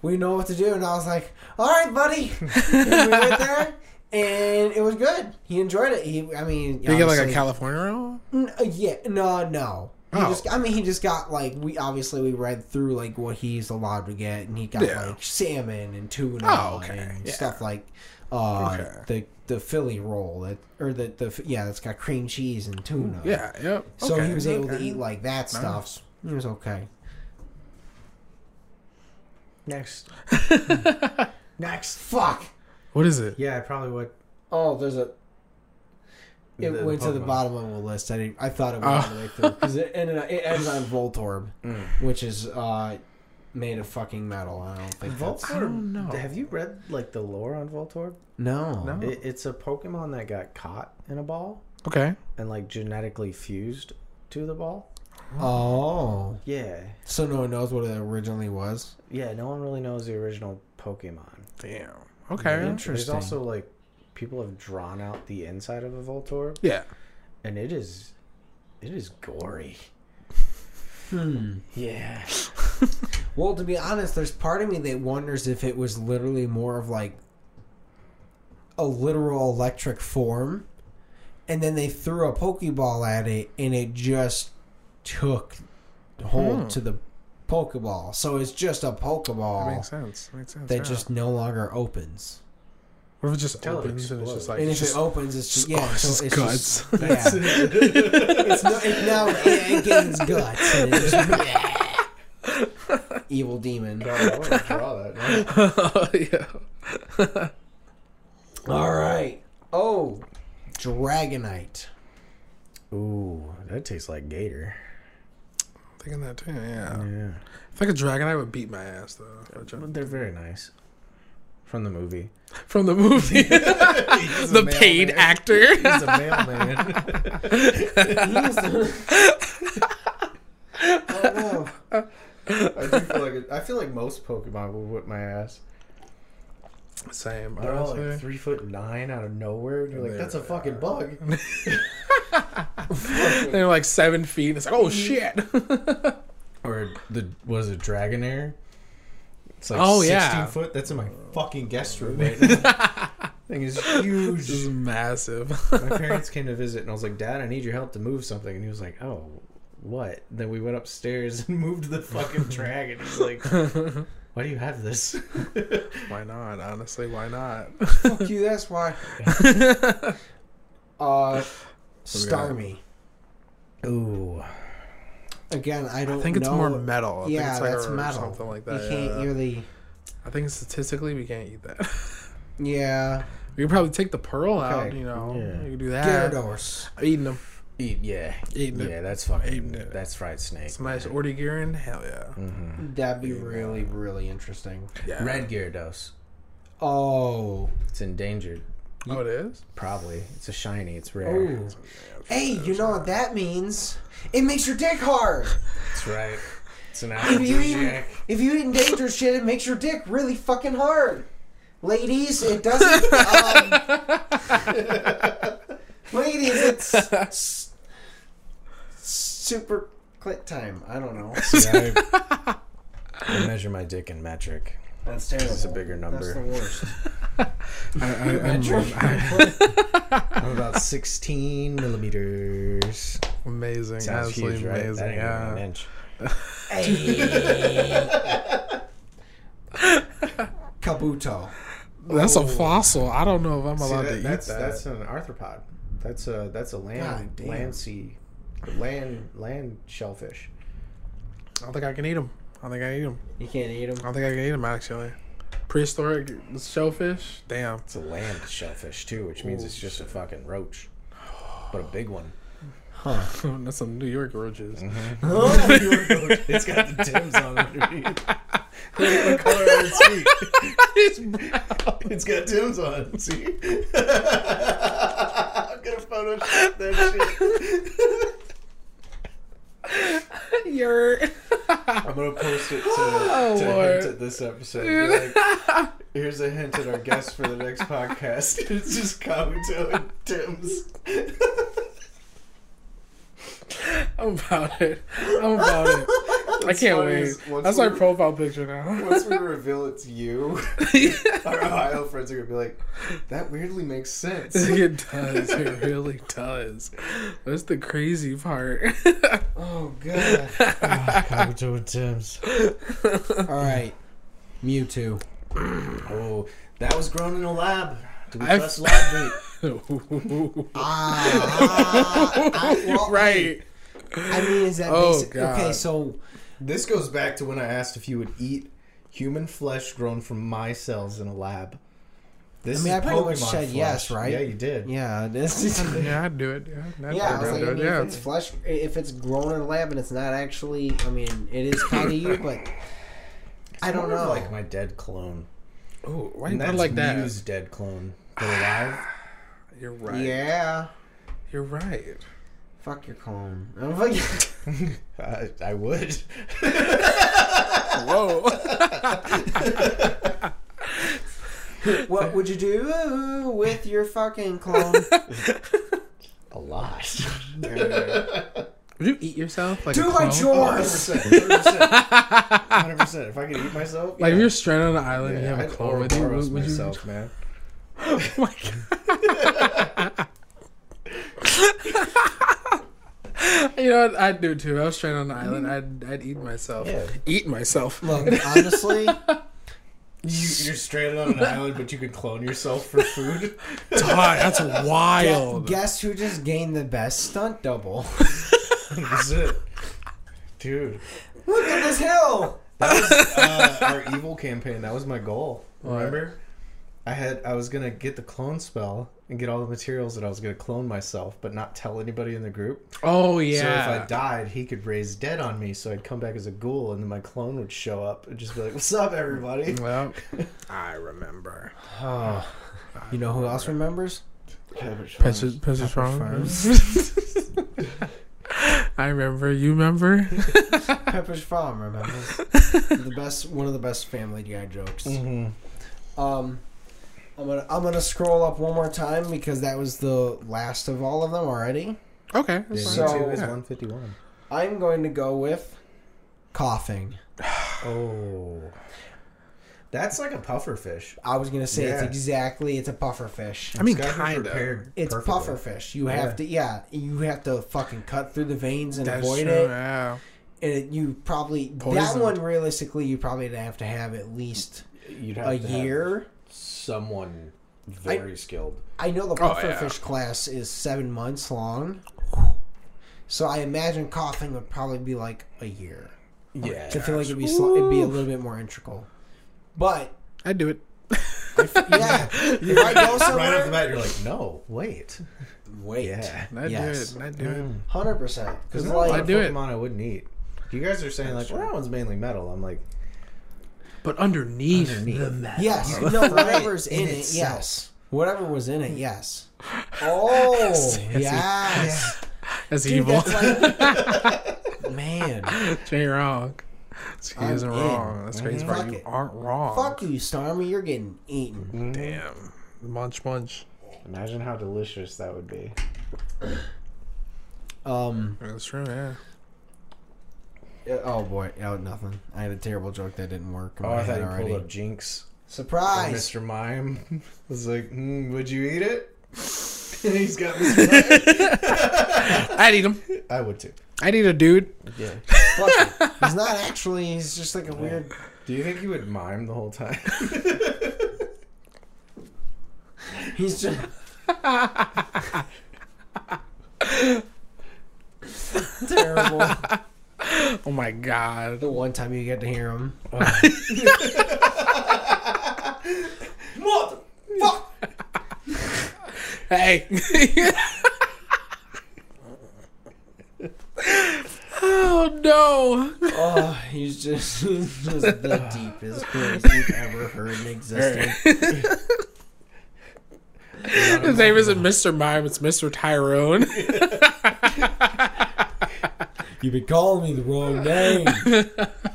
we know what to do." And I was like, "All right, buddy." and we went there, and it was good. He enjoyed it. He, I mean,
Did you get like a
obviously-
California roll?
N- uh, yeah, no, no. He
Oh.
just, I mean, he just got like we obviously we read through like what he's allowed to get, and he got
Yeah.
like salmon and tuna
Oh, okay,
and
yeah.
stuff like uh,
Okay.
the the Philly roll that or the the yeah that's got cream cheese and tuna.
Yeah. Yep.
so
okay,
he was able to
okay.
eat like that stuff. It was okay.
Next. Next.
Fuck.
What is it?
Yeah, I probably would.
Oh, there's a. It
The
went to the
Pokemon.
bottom of the list. I didn't, I thought it went all the way through because it ended. up- It ends on Voltorb, which is uh, made of fucking metal. I don't think that's
Voltorb.
I don't know.
Have you read like the lore on Voltorb?
no.
No?
It, it's a Pokemon that got caught in a ball
Okay.
and like genetically fused to the ball.
Oh,
Yeah,
so no one knows what it originally was.
yeah. No one really knows the original Pokemon.
Damn. Okay.
There's
Interesting.
also like people have drawn out the inside of a Voltorb,
Yeah.
and it is, it is gory.
Hmm.
Yeah.
Well, to be honest, there's part of me that wonders if it was literally more of like a literal electric form, and then they threw a pokeball at it, and it just took hold
Hmm.
to the pokeball. So it's just a
That
pokeball
makes sense. That makes sense.
that
yeah.
just no longer opens.
What if it just
Tell it
opens and it's just
explodes.
like
And if
just
it opens, it's just yeah,
oh, it's
so
just
it's
guts.
Just, yeah, it's no, it, now it, it gains guts. And it's just- evil demon.
I want to draw that. now.
oh yeah.
All right. Oh, Dragonite.
Ooh, that tastes like gator.
Thinking that too. Yeah.
Yeah.
I think a Dragonite would beat my ass though. if I tried-
But they're very nice. From the movie.
From the movie, the paid actor.
He's a mailman.
Oh,
I, do feel like it, I feel like most Pokemon would whip my ass.
Same.
They're all
honestly.
like three foot nine out of nowhere. and You're like,
They're-
that's a fucking bug.
They're like seven feet. It's like, oh shit.
Or the was it Dragonair? It's like
Oh,
16
yeah.
foot. That's in my fucking guest room right now. Thing is
this
huge.
is massive.
my parents came to visit and I was like, Dad, I need your help to move something. And he was like, Oh, what? Then we went upstairs and moved the fucking dragon. He's like, Why do you have this?
why not? Honestly, why not?
fuck you, that's why. Uh, Starmie.
Ooh.
Again, I don't
I think it's
know-
more metal. I
yeah,
think
that's
it's like or
metal.
something like
You
that.
can't
yeah.
really.
I think statistically we can't eat that.
Yeah.
we could probably take the pearl out.
Okay.
You know,
Yeah.
you could do that.
Gyarados.
Eating them.
Eat, yeah.
Eating it.
Yeah, that's fucking.
Eating it.
That's fried snake.
Smash Ortigarin. Hell yeah.
Mm-hmm.
That'd be really, really interesting.
Yeah.
Red Gyarados.
Oh.
It's endangered.
Oh, it is.
Probably. It's a shiny. It's rare.
Ooh. Hey, you know what that means? It makes your dick hard.
That's right. It's an
If you eat,
aphrodisiac.
if you eat endangered shit, it makes your dick really fucking hard. Ladies, it doesn't. Um, ladies, it's s- super clit time. I don't know.
See, I, I measure my dick in metric.
That's terrible.
This is a bigger
That's the
number.
worst.
I, I,
Metric.
I'm
I'm about 16 millimeters.
amazing.
Sounds
Absolutely
huge, right? That
amazing.
ain't even an
Yeah.
inch.
Kabuto.
That's a fossil. I don't know if I'm
See,
allowed
that-
to eat
that's,
that.
that's an arthropod. That's a that's a land
God damn.
land sea land land shellfish.
I don't think I can eat them. I don't think I can eat them.
You can't eat
I
them.
don't think I can eat them actually. Prehistoric shellfish. Damn.
It's a land shellfish too, which means it's just a fucking roach, but a big one.
that's some New York roaches.
it's got the Tim's on underneath. Look at the color of its feet. It's got Tim's on. See, I'm gonna Photoshop that shit.
Your
I'm gonna post it to,
Oh,
to
Lord.
hint at this episode. Be like, Here's a hint at our guest for the next podcast. It's just Kabuto and Tim's.
I'm about it. I'm about it. I can't
funny
wait.
is once
That's my
we-
profile picture now.
Once we reveal it's you, our Ohio friends are gonna be like, "That weirdly makes sense."
it does. It really does. That's the crazy part.
Oh god.
Kabuto and Tim's.
All right. Mewtwo.
Oh, that was grown in a lab. Do we
I've-
trust lab meat?
Ah, I- well,
right.
I mean, is that
Oh,
basic? Okay,
God.
so
This goes back to when I asked if you would eat human flesh grown from my cells in a lab. This
I mean,
is
I pretty much
Pokemon
said yes,
flesh.
right?
Yeah, you did.
yeah, this is.
Yeah, I'd do it. Yeah, I'd
Yeah, I was like,
do
I
it.
mean, if it's flesh, if it's grown in a lab and it's not actually, I mean, it is kind of you, but I don't
More of
know.
Like my dead clone.
Ooh, oh, why you
And
put it
that's
like that?
Mew's dead clone. They're alive.
You're right.
yeah,
You're right.
fuck your clone. I'm like,
I, I would.
Whoa.
what would you do with your fucking clone?
A lot.
Would you eat yourself? Like a
do my
clone?
chores.
100%. 100%. 100%. If I could eat myself,
Like
yeah.
if you're stranded on an island and you
Yeah,
have a
I'd
clone with you,
Ouroboros
would, would you?
myself, man.
Oh my God. you know what? I'd do it too. If I was stranded on an island. I'd I'd eat myself.
Yeah.
Eat myself.
Look, honestly,
You, you're stranded on an island, but you can clone yourself for food.
Die. That's wild.
guess who just gained the best stunt double?
That's it. Dude.
Look at this hill.
That was uh, our evil campaign. That was my goal. Remember? I had I was gonna get the clone spell and get all the materials that I was gonna clone myself, but not tell anybody in the group.
Oh
So if I
yeah.
died, he could raise dead on me, so I'd come back as a ghoul, and then my clone would show up and just be like, "What's up, everybody?"
well, I remember.
Oh, you know who else remembers?
Pisses, pisses I remember. You remember?
Pepper's Farm remembers. the best, one of the best Family Guy jokes.
Mm-hmm.
Um, I'm gonna I'm gonna scroll up one more time because that was the last of all of them already.
Okay.
Yeah,
that's
So-
fine.
me too is
Yeah.
one fifty one.
I'm going to go with coughing.
Oh, that's like a puffer fish.
I was gonna say it's
Yeah.
exactly it's a puffer fish.
I mean,
It's gotta be
kinda.
prepared
It's
perfectly.
puffer fish. You have
Yeah.
to yeah, you have to fucking cut through the veins and
That's
avoid
true.
it.
Yeah.
And it, you probably that
Poisoned.
one realistically you probably would have to have at least
You'd have
a
to have
year.
someone very skilled.
I know the
Oh,
puffer
yeah.
fish class is seven months long. So I imagine coughing would probably be like a year.
Yeah,
I feel like it'd be sli- it'd be a little bit more integral. But
I do it.
yeah, if I go
right off the
somewhere,
bat, you're like, no, wait.
wait,
Yeah.
I
Yes. Mm.
do it. I do it.
hundred percent. Because
There's not a lot
like,
of
do it.
Pokemon I wouldn't eat. You guys are saying like, well, that one's mainly metal. I'm like,
But underneath,
Underneath.
the metal.
yes, no, whatever's
in
in it,
itself.
yes, whatever was in it, yes. Oh, yes,
That's
Dude,
evil.
that's like- man.
She ain't wrong. She
I'm
isn't
in. Mm-hmm.
wrong. That's crazy
Fuck
part. You
it.
aren't wrong.
Fuck you, Starmie. You're getting eaten.
Damn. Munch munch.
imagine how delicious that would be.
Um.
That's true, yeah.
yeah, Oh boy. Oh, nothing. I had a terrible joke that didn't work. in
Oh,
my
I thought
head
you
already.
pulled up Jinx, or
Surprise.
Mr. Mime. I was like, mm, would you eat it? And He's got Mr. Mime.
I'd eat him.
I would too.
I'd eat a dude.
Yeah.
Fuck you. He's not actually. He's just like a weird.
Do you think you would mime the whole time?
He's just. Terrible.
Oh my god.
The one time you get to hear him. What? Fuck.
Hey. oh no.
Oh, he's just, he's just the deepest voice you've ever heard in existence.
His name isn't Mr. Mime, it's Mr. Tyrone.
You've been calling me the wrong name.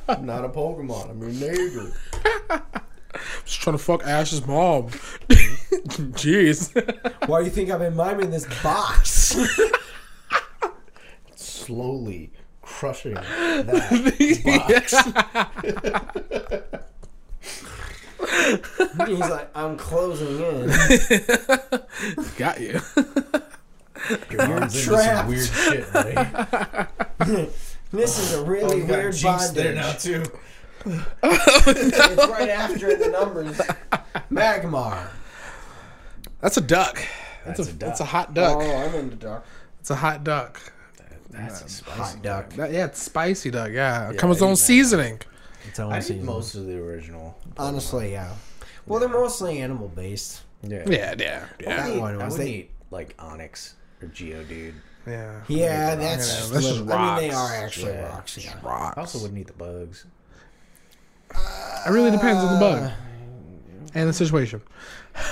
I'm not a Pokemon. I'm your neighbor.
Just trying to fuck Ash's mom. Jeez.
Why do you think I've been miming this box?
Slowly crushing that.
He's like, I'm closing in.
Got you.
Your arms into
trapped.
some weird shit, buddy.
This is a really
You've Oh, got
weird
Jinx there
bondage.
now too.
It's right after the numbers. Magmar.
That's a duck. That's,
That's
a,
a
that's a
duck.
hot duck.
Oh, I'm in the dark.
It's a hot duck.
That's a spicy
Hot duck.
That, yeah, it's spicy duck. Yeah,
Yeah,
come with its
I eat
own
that.
seasoning.
It's own
I eat most of the original.
Honestly, yeah. Well, they're mostly animal based.
Yeah.
Yeah, yeah, yeah,
Okay.
That
That
one
one
I
was
would
they-
eat like Onyx or Geodude.
yeah.
Yeah, that's
Yeah,
just,
that's
little-
just
I mean, they
rocks.
are actually
Yeah.
rocks. Yeah.
I
Rocks.
also wouldn't eat the bugs.
It really depends on the bug and the situation.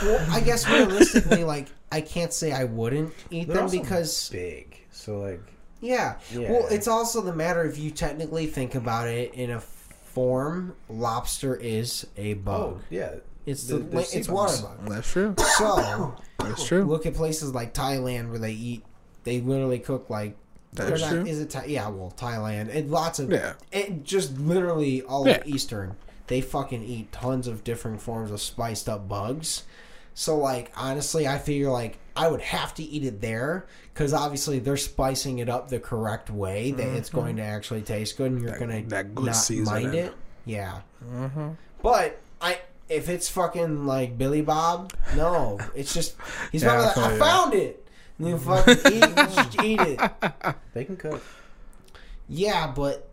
Well, I guess realistically, like I can't say I wouldn't eat
They're
them
also
because
big. So like
yeah.
Yeah.
Well, it's also the matter if you technically think about it in a form. Lobster is a bug.
oh yeah.
it's the,
they're- they're sea
it's water
bugs.
bug.
That's true.
So
That's true.
look at places like Thailand where they eat. They literally cook like.
That's
or not-
true.
Is it Thai? Yeah, well, Thailand and lots of
Yeah.
it just literally all
Yeah.
of Eastern. They fucking eat tons of different forms of spiced up bugs. So like honestly, I figure like I would have to eat it there because obviously they're spicing it up the correct way that it's going to actually taste good and you're gonna
Mm-hmm. that good
not
seasoning.
mind it. Yeah.
Mm-hmm.
But I if it's fucking like Billy Bob, no, it's just he's
Yeah,
probably
I
like
feel
I
you.
found it. And then fucking eat, just eat it.
They can cook.
Yeah, but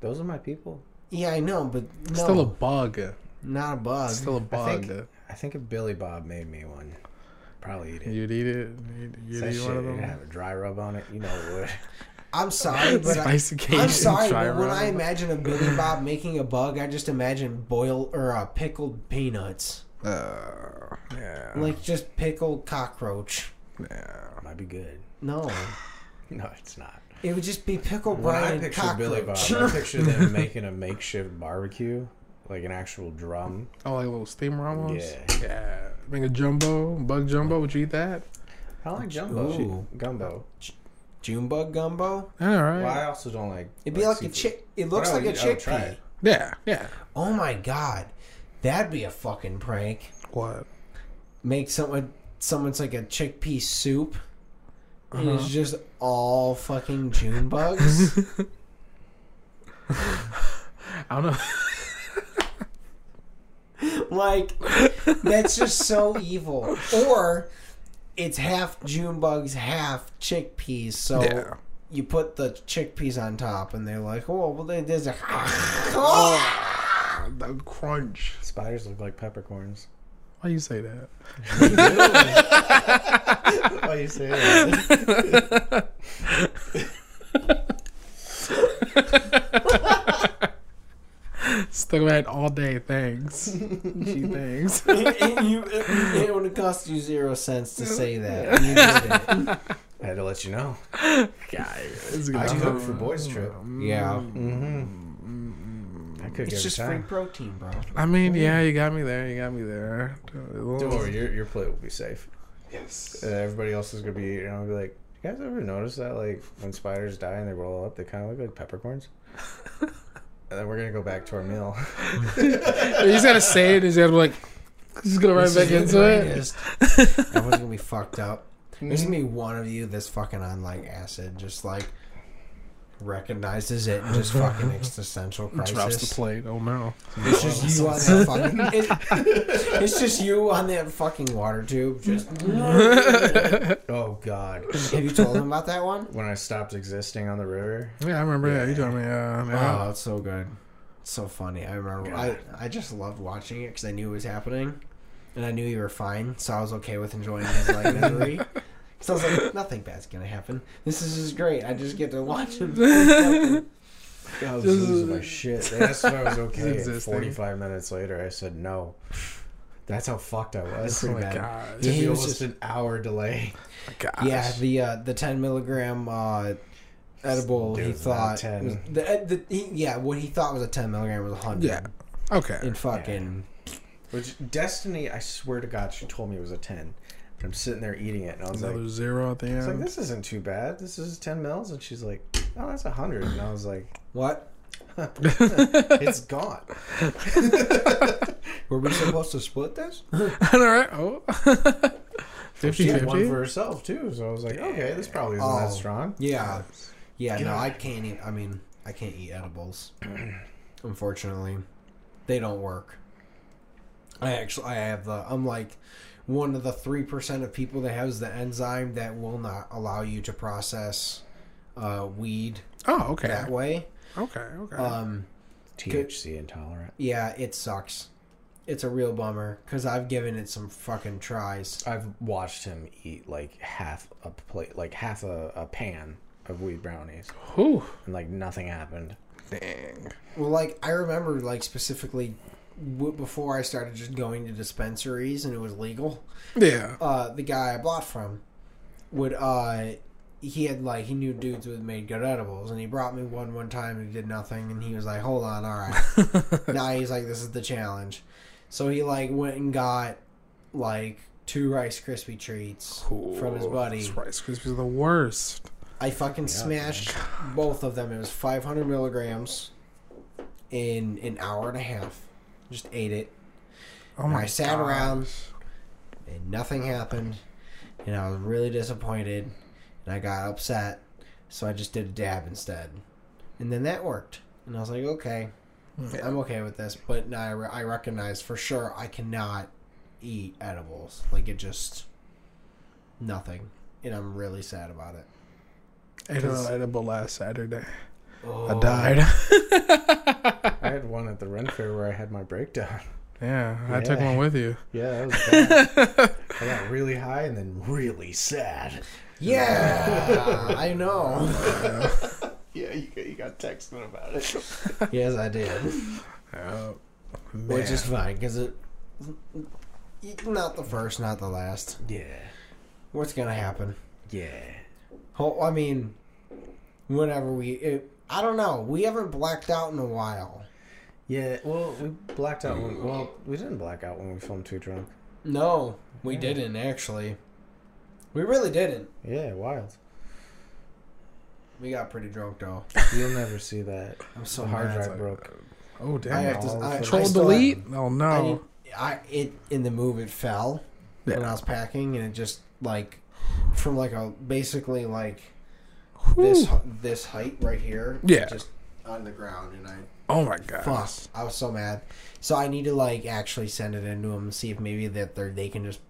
Those are my people.
yeah, I know, but no,
Still a bug.
not a bug.
Still a
I think
bug.
I I think if Billy Bob made me one, probably eat it.
You'd eat it. You'd,
It's
you'd
that
eat
shit,
one of
you'd
them.
have a dry rub on it. You know it would.
I'm sorry, but I,
Spicy Cajun
I'm sorry.
dry
But when
rub.
I imagine a Billy Bob making a bug, I just imagine boil or uh, pickled peanuts,
Uh, yeah.
like just pickled cockroach.
yeah.
Might be good.
No,
No, it's not.
it would just be pickled
When
Brian
I picture
cockroach.
Billy Bob, I picture them making a makeshift barbecue, like an actual drum.
Oh, like little steamer almost.
Yeah.
Yeah. Make a jumbo, bug jumbo. Would you eat that?
I like jumbo. shit.
Ooh.
Gumbo.
June bug gumbo.
All right.
Well, I also don't like.
It'd be like, a
seafood.
chick. It looks
But I
like a
would- I would try
chickpea.
it.
Yeah. Yeah.
Oh my god, that'd be a fucking prank.
What?
Make someone someone's like a chickpea soup. And it's just all fucking June bugs.
I don't know.
like that's just so evil. Or it's half June bugs, half chickpeas. So
Yeah.
you put the chickpeas on top, and they're like, "Oh, well, they- there's a."
Ah, the crunch.
Spiders look like peppercorns.
Why you say that?
Why you say that?
Stuck with that all day. Thanks. Gee, thanks.
And you- it, it would cost you zero cents to say that. You did it.
I had to let you know.
God, it's
I
good.
cook for boys trip.
Yeah,
Mm-hmm. I cook
it's
every
just free
time.
protein, bro.
I mean, yeah, you got me there. You got me there.
Don't worry, your, your plate will be safe.
Yes.
Uh, everybody else is gonna be eating. I'll be like, you guys ever notice that like when spiders die and they roll up, they kind of look like peppercorns? and then we're gonna go back to our meal.
You just gotta say it. You just gotta be like, just gonna right back into it.
it. Everyone's gonna be fucked up. There's gonna be one of you that's fucking on like acid, just like recognizes it and just fucking existential crisis.
Drops the plate. Oh no.
It's just you on that fucking. it- it's just you on that fucking water tube. Just
oh God!
have you told him about that one?
When I stopped existing on the river,
Yeah, I remember that. You told me. Uh, yeah.
Oh, it's so good. It's so funny. I remember. I, I just loved watching it because I knew it was happening, and I knew you were fine, so I was okay with enjoying his like misery. So I was like, nothing bad's gonna happen. This is just great. I just get to watch him.
I was losing my shit. They asked if I was okay. and
Existing.
Forty-five minutes later, I said no. That's how fucked I was.
Pretty
oh my
bad.
god. Oh
It'd
He
be
was
almost
just-
an hour delay.
my gosh.
yeah, the uh, the ten milligram uh, edible.
Dude,
he
it's not
thought
10.
was- the, the he, yeah, what he thought was a ten milligram was a hundred.
Yeah. Okay.
and fucking
Which Destiny, I swear to God, she told me it was a ten. And I'm sitting there eating it, and I was
Another
like,
zero at the
I was like,
end.
this isn't too bad. This is 10 mils. And she's like, oh, that's 100. And I was like,
what
it's gone.
were we supposed to split this?
All right. Oh. 50
She had one
50.
for herself, too. So I was like, okay, this probably isn't
Oh.
that strong.
Yeah. Yeah, no, I can't eat. I mean, I can't eat edibles. Unfortunately, they don't work. I actually, I have the. I'm like one of the three percent of people that has the enzyme that will not allow you to process uh, weed
Oh, okay.
that way.
Okay. Okay.
Um,
THC intolerant.
yeah, it sucks. It's a real bummer because I've given it some fucking tries.
I've watched him eat like half a plate, like half a, a pan of weed brownies,
Whew.
and like nothing happened.
Dang.
Well, like I remember, like specifically w- before I started just going to dispensaries and it was legal.
Yeah.
uh, the guy I bought from would uh he had like he knew dudes who had made good edibles and he brought me one one time and he did nothing and he was like hold on all right now he's like this is the challenge so he like went and got like two rice crispy treats from his
Ooh,
buddy
those Rice Krispies are the worst.
i fucking smashed both of them it was 500 milligrams in an hour and a half just ate it
Oh my
I sat
God.
around and nothing happened, and I was really disappointed, and I got upset, so I just did a dab instead, and then that worked, and I was like, okay, I'm okay with this, but now I, re- I recognize for sure I cannot eat edibles, like it just nothing, and I'm really sad about it.
Ate an edible last Saturday.
Oh,
I died.
I had one at the rent fair where I had my breakdown.
Yeah, I took
Yeah.
one with you.
Yeah, that was bad. I got really high and then really sad.
Yeah, I know.
Yeah, you got, you got texted about it.
yes, I did.
Oh,
Which
man.
is fine because it. Not the first, not the last.
Yeah,
What's gonna happen?
yeah.
Ho- I mean, whenever we, it, I don't know. We haven't blacked out in a while.
Yeah, well, we blacked out when. Well, we didn't black out when we filmed Too Drunk.
No, we didn't actually. We really didn't.
Yeah, wild.
We got pretty drunk though.
You'll never see that.
I'm so
The hard
mad.
drive
Like,
broke.
oh damn!
I have to.
All
I,
the
I
footage.
Control
still
delete.
have-
Oh
I,
no!
need- I it in the move it fell when I was packing and it just like from like a basically like this
Whew.
this height right here.
Yeah.
Just on the ground and I
Oh my god!
Fuck. I was so mad. So I need to like actually send it into them and see if maybe that they they can just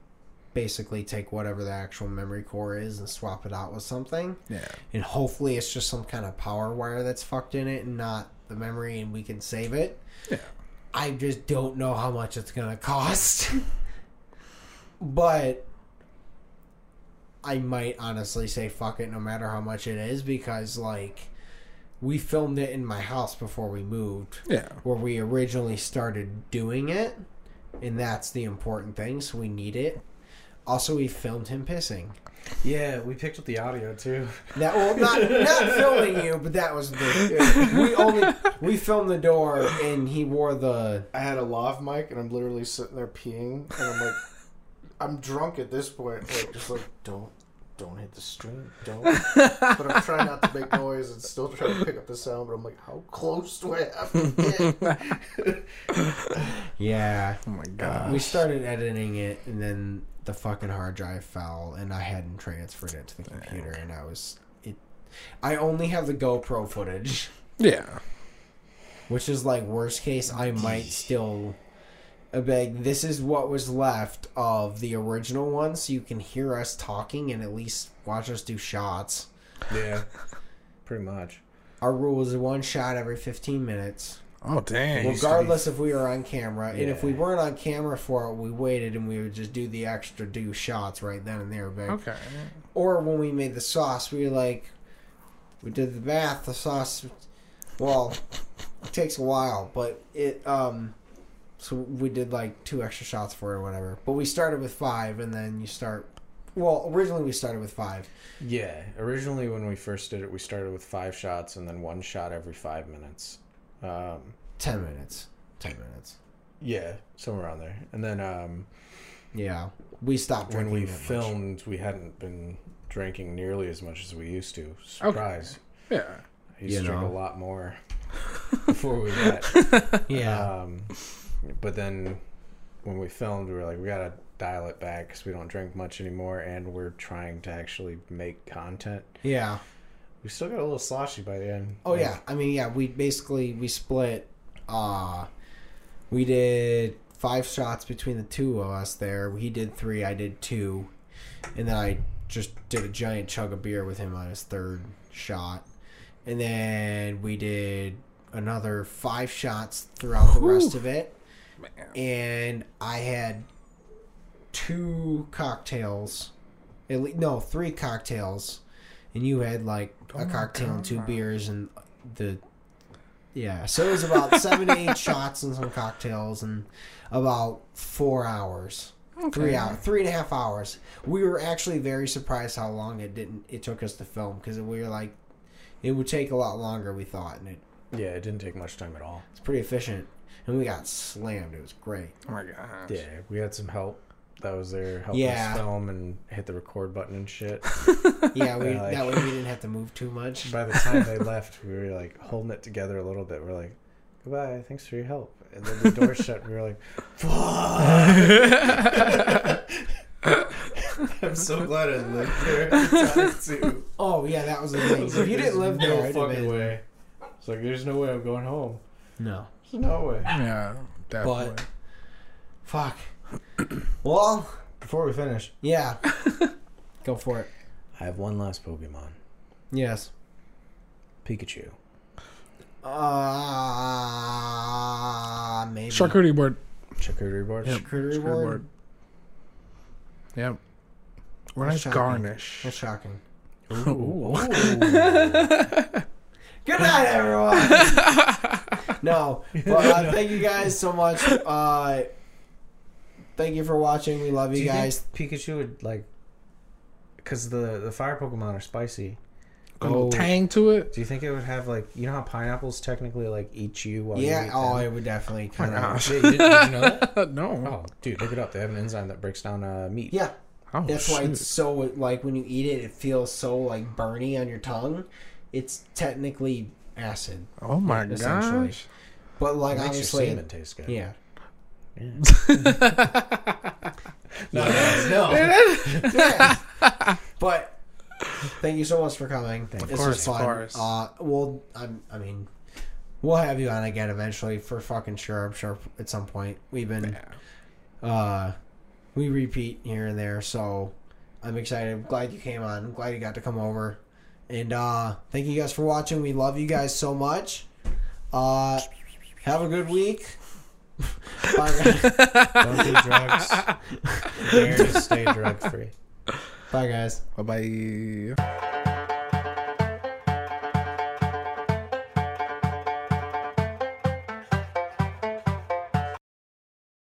basically take whatever the actual memory core is and swap it out with something.
Yeah.
And hopefully it's just some kind of power wire that's fucked in it and not the memory and we can save it.
Yeah.
I just don't know how much it's going to cost. but I might honestly say fuck it no matter how much it is because like we filmed it in my house before we moved
Yeah.
where we originally started doing it, and that's the important thing. So we need it. Also, we filmed him pissing.
Yeah, we picked up the audio too.
That well, not not filming you, but that was the we only we filmed the door, and he wore the
I had a lav mic and I'm literally sitting there peeing and I'm like, I'm drunk at this point. Like, just like, don't, don't hit the stream, don't. but I'm trying not to make noise and still trying to pick up the sound. But I'm like, how close do I have to get?
yeah.
Oh my god!
Uh, We started editing it, and then the fucking hard drive fell, and I hadn't transferred it to the computer, and I was it. I only have the GoPro footage.
yeah.
which is like worst case i might still uh, like this is what was left of the original one so you can hear us talking and at least watch us do shots
Yeah, pretty much.
our rule is one shot every 15 minutes
Oh dang!
Well, Used to be-
regardless if we were on camera and if we
Yeah.
weren't on camera for it we waited and we would just do the extra do shots right then and there babe.
okay.
or when we made the sauce, we were like, we did the bath, the sauce, well, it takes a while, but it, um, so we did like two extra shots for it or whatever. But we started with five, and then you start, well, originally we started with five.
Yeah, originally when we first did it, we started with five shots and then one shot every five minutes. Um,
Ten minutes. Ten minutes.
yeah, somewhere around there. And then um,
Yeah. We stopped
when
drinking.
we
that much.
filmed, we hadn't been drinking nearly as much as we used to. Surprise!
Yeah.
I used
You
to drink
know.
a lot more before we met.
Yeah.
Um, but then when we filmed, we were like, we gotta dial it back because we don't drink much anymore, and we're trying to actually make content.
yeah.
We still got a little sloshy by the end.
Oh
Like,
yeah, I mean yeah, we basically we split uh we did five shots between the two of us there. He did 3, I did 2. And then I just did a giant chug of beer with him on his third shot. And then we did another five shots throughout the rest of it. And I had two cocktails. At le- no, three cocktails. And you had like
Oh
a cocktail and two beers and the yeah, so it was about seven to eight shots and some cocktails and about four hours. Three hour, three and a half hours. We were actually very surprised how long it didn't. It took us to film because we were like, it would take a lot longer we thought, and it,
Yeah, it didn't take much time at all.
it's pretty efficient. And we got slammed. It was great.
Oh my god.
Yeah, we had some help that was there helping
Yeah.
us film and hit the record button and shit.
Yeah, we
Yeah, like-
that way we didn't have to move too much.
by the time they left, we were like holding it together a little bit. We're like, goodbye, thanks for your help. And then the door shut. We were like,
I'm so glad I lived there. at the time, too.
Oh yeah, that was the thing. If you didn't live there,
no
it'd have
fucking
been-
way. It's like there's no way I'm going home.
no.
There's no way.
Yeah. Definitely.
Fuck. Well,
Before we finish,
yeah. Go for it.
I have one last Pokemon,
Yes.
Pikachu.
Uh, maybe. Uh,
Charcuterie board.
charcuterie board.
Yep.
Charcuterie
Screw
board.
board. Yep. Or
That's
nice
shocking.
garnish.
That's shocking.
Ooh.
Good night, everyone. no, but uh, thank you guys so much. Uh, thank you for watching. We love
Do
you,
you
guys.
think Pikachu would like? Because the the fire Pokemon are spicy.
Got a little
Oh.
tang to it.
Do you think it would have like you know how pineapples technically like eat you while you
yeah.
eat
Oh,
them?
it would definitely kind
Ah.
of.
Did, did- did you know that?
no.
Oh, dude, look it up. They have an enzyme that breaks down uh, meat.
Yeah,
Oh,
that's why
shoot.
it's so like when you eat it, it feels so like burny on your tongue. It's technically acid,
Oh my
essentially.
gosh.
but
It
like
makes
obviously,
your semen taste good.
yeah.
No, no, no.
Yeah. but thank you so much for coming. Of this
course,
was
of
fun.
course.
Uh, well, I'm, I mean, we'll have you on again eventually for fucking sure. I'm sure at some point we've been, uh, we repeat here and there. So I'm excited. I'm glad you came on. I'm glad you got to come over. And uh, thank you guys for watching. We love you guys so much. Uh, have a good week. Bye, guys.
Don't do drugs. Dare to stay drug free.
Bye, guys.
Bye bye.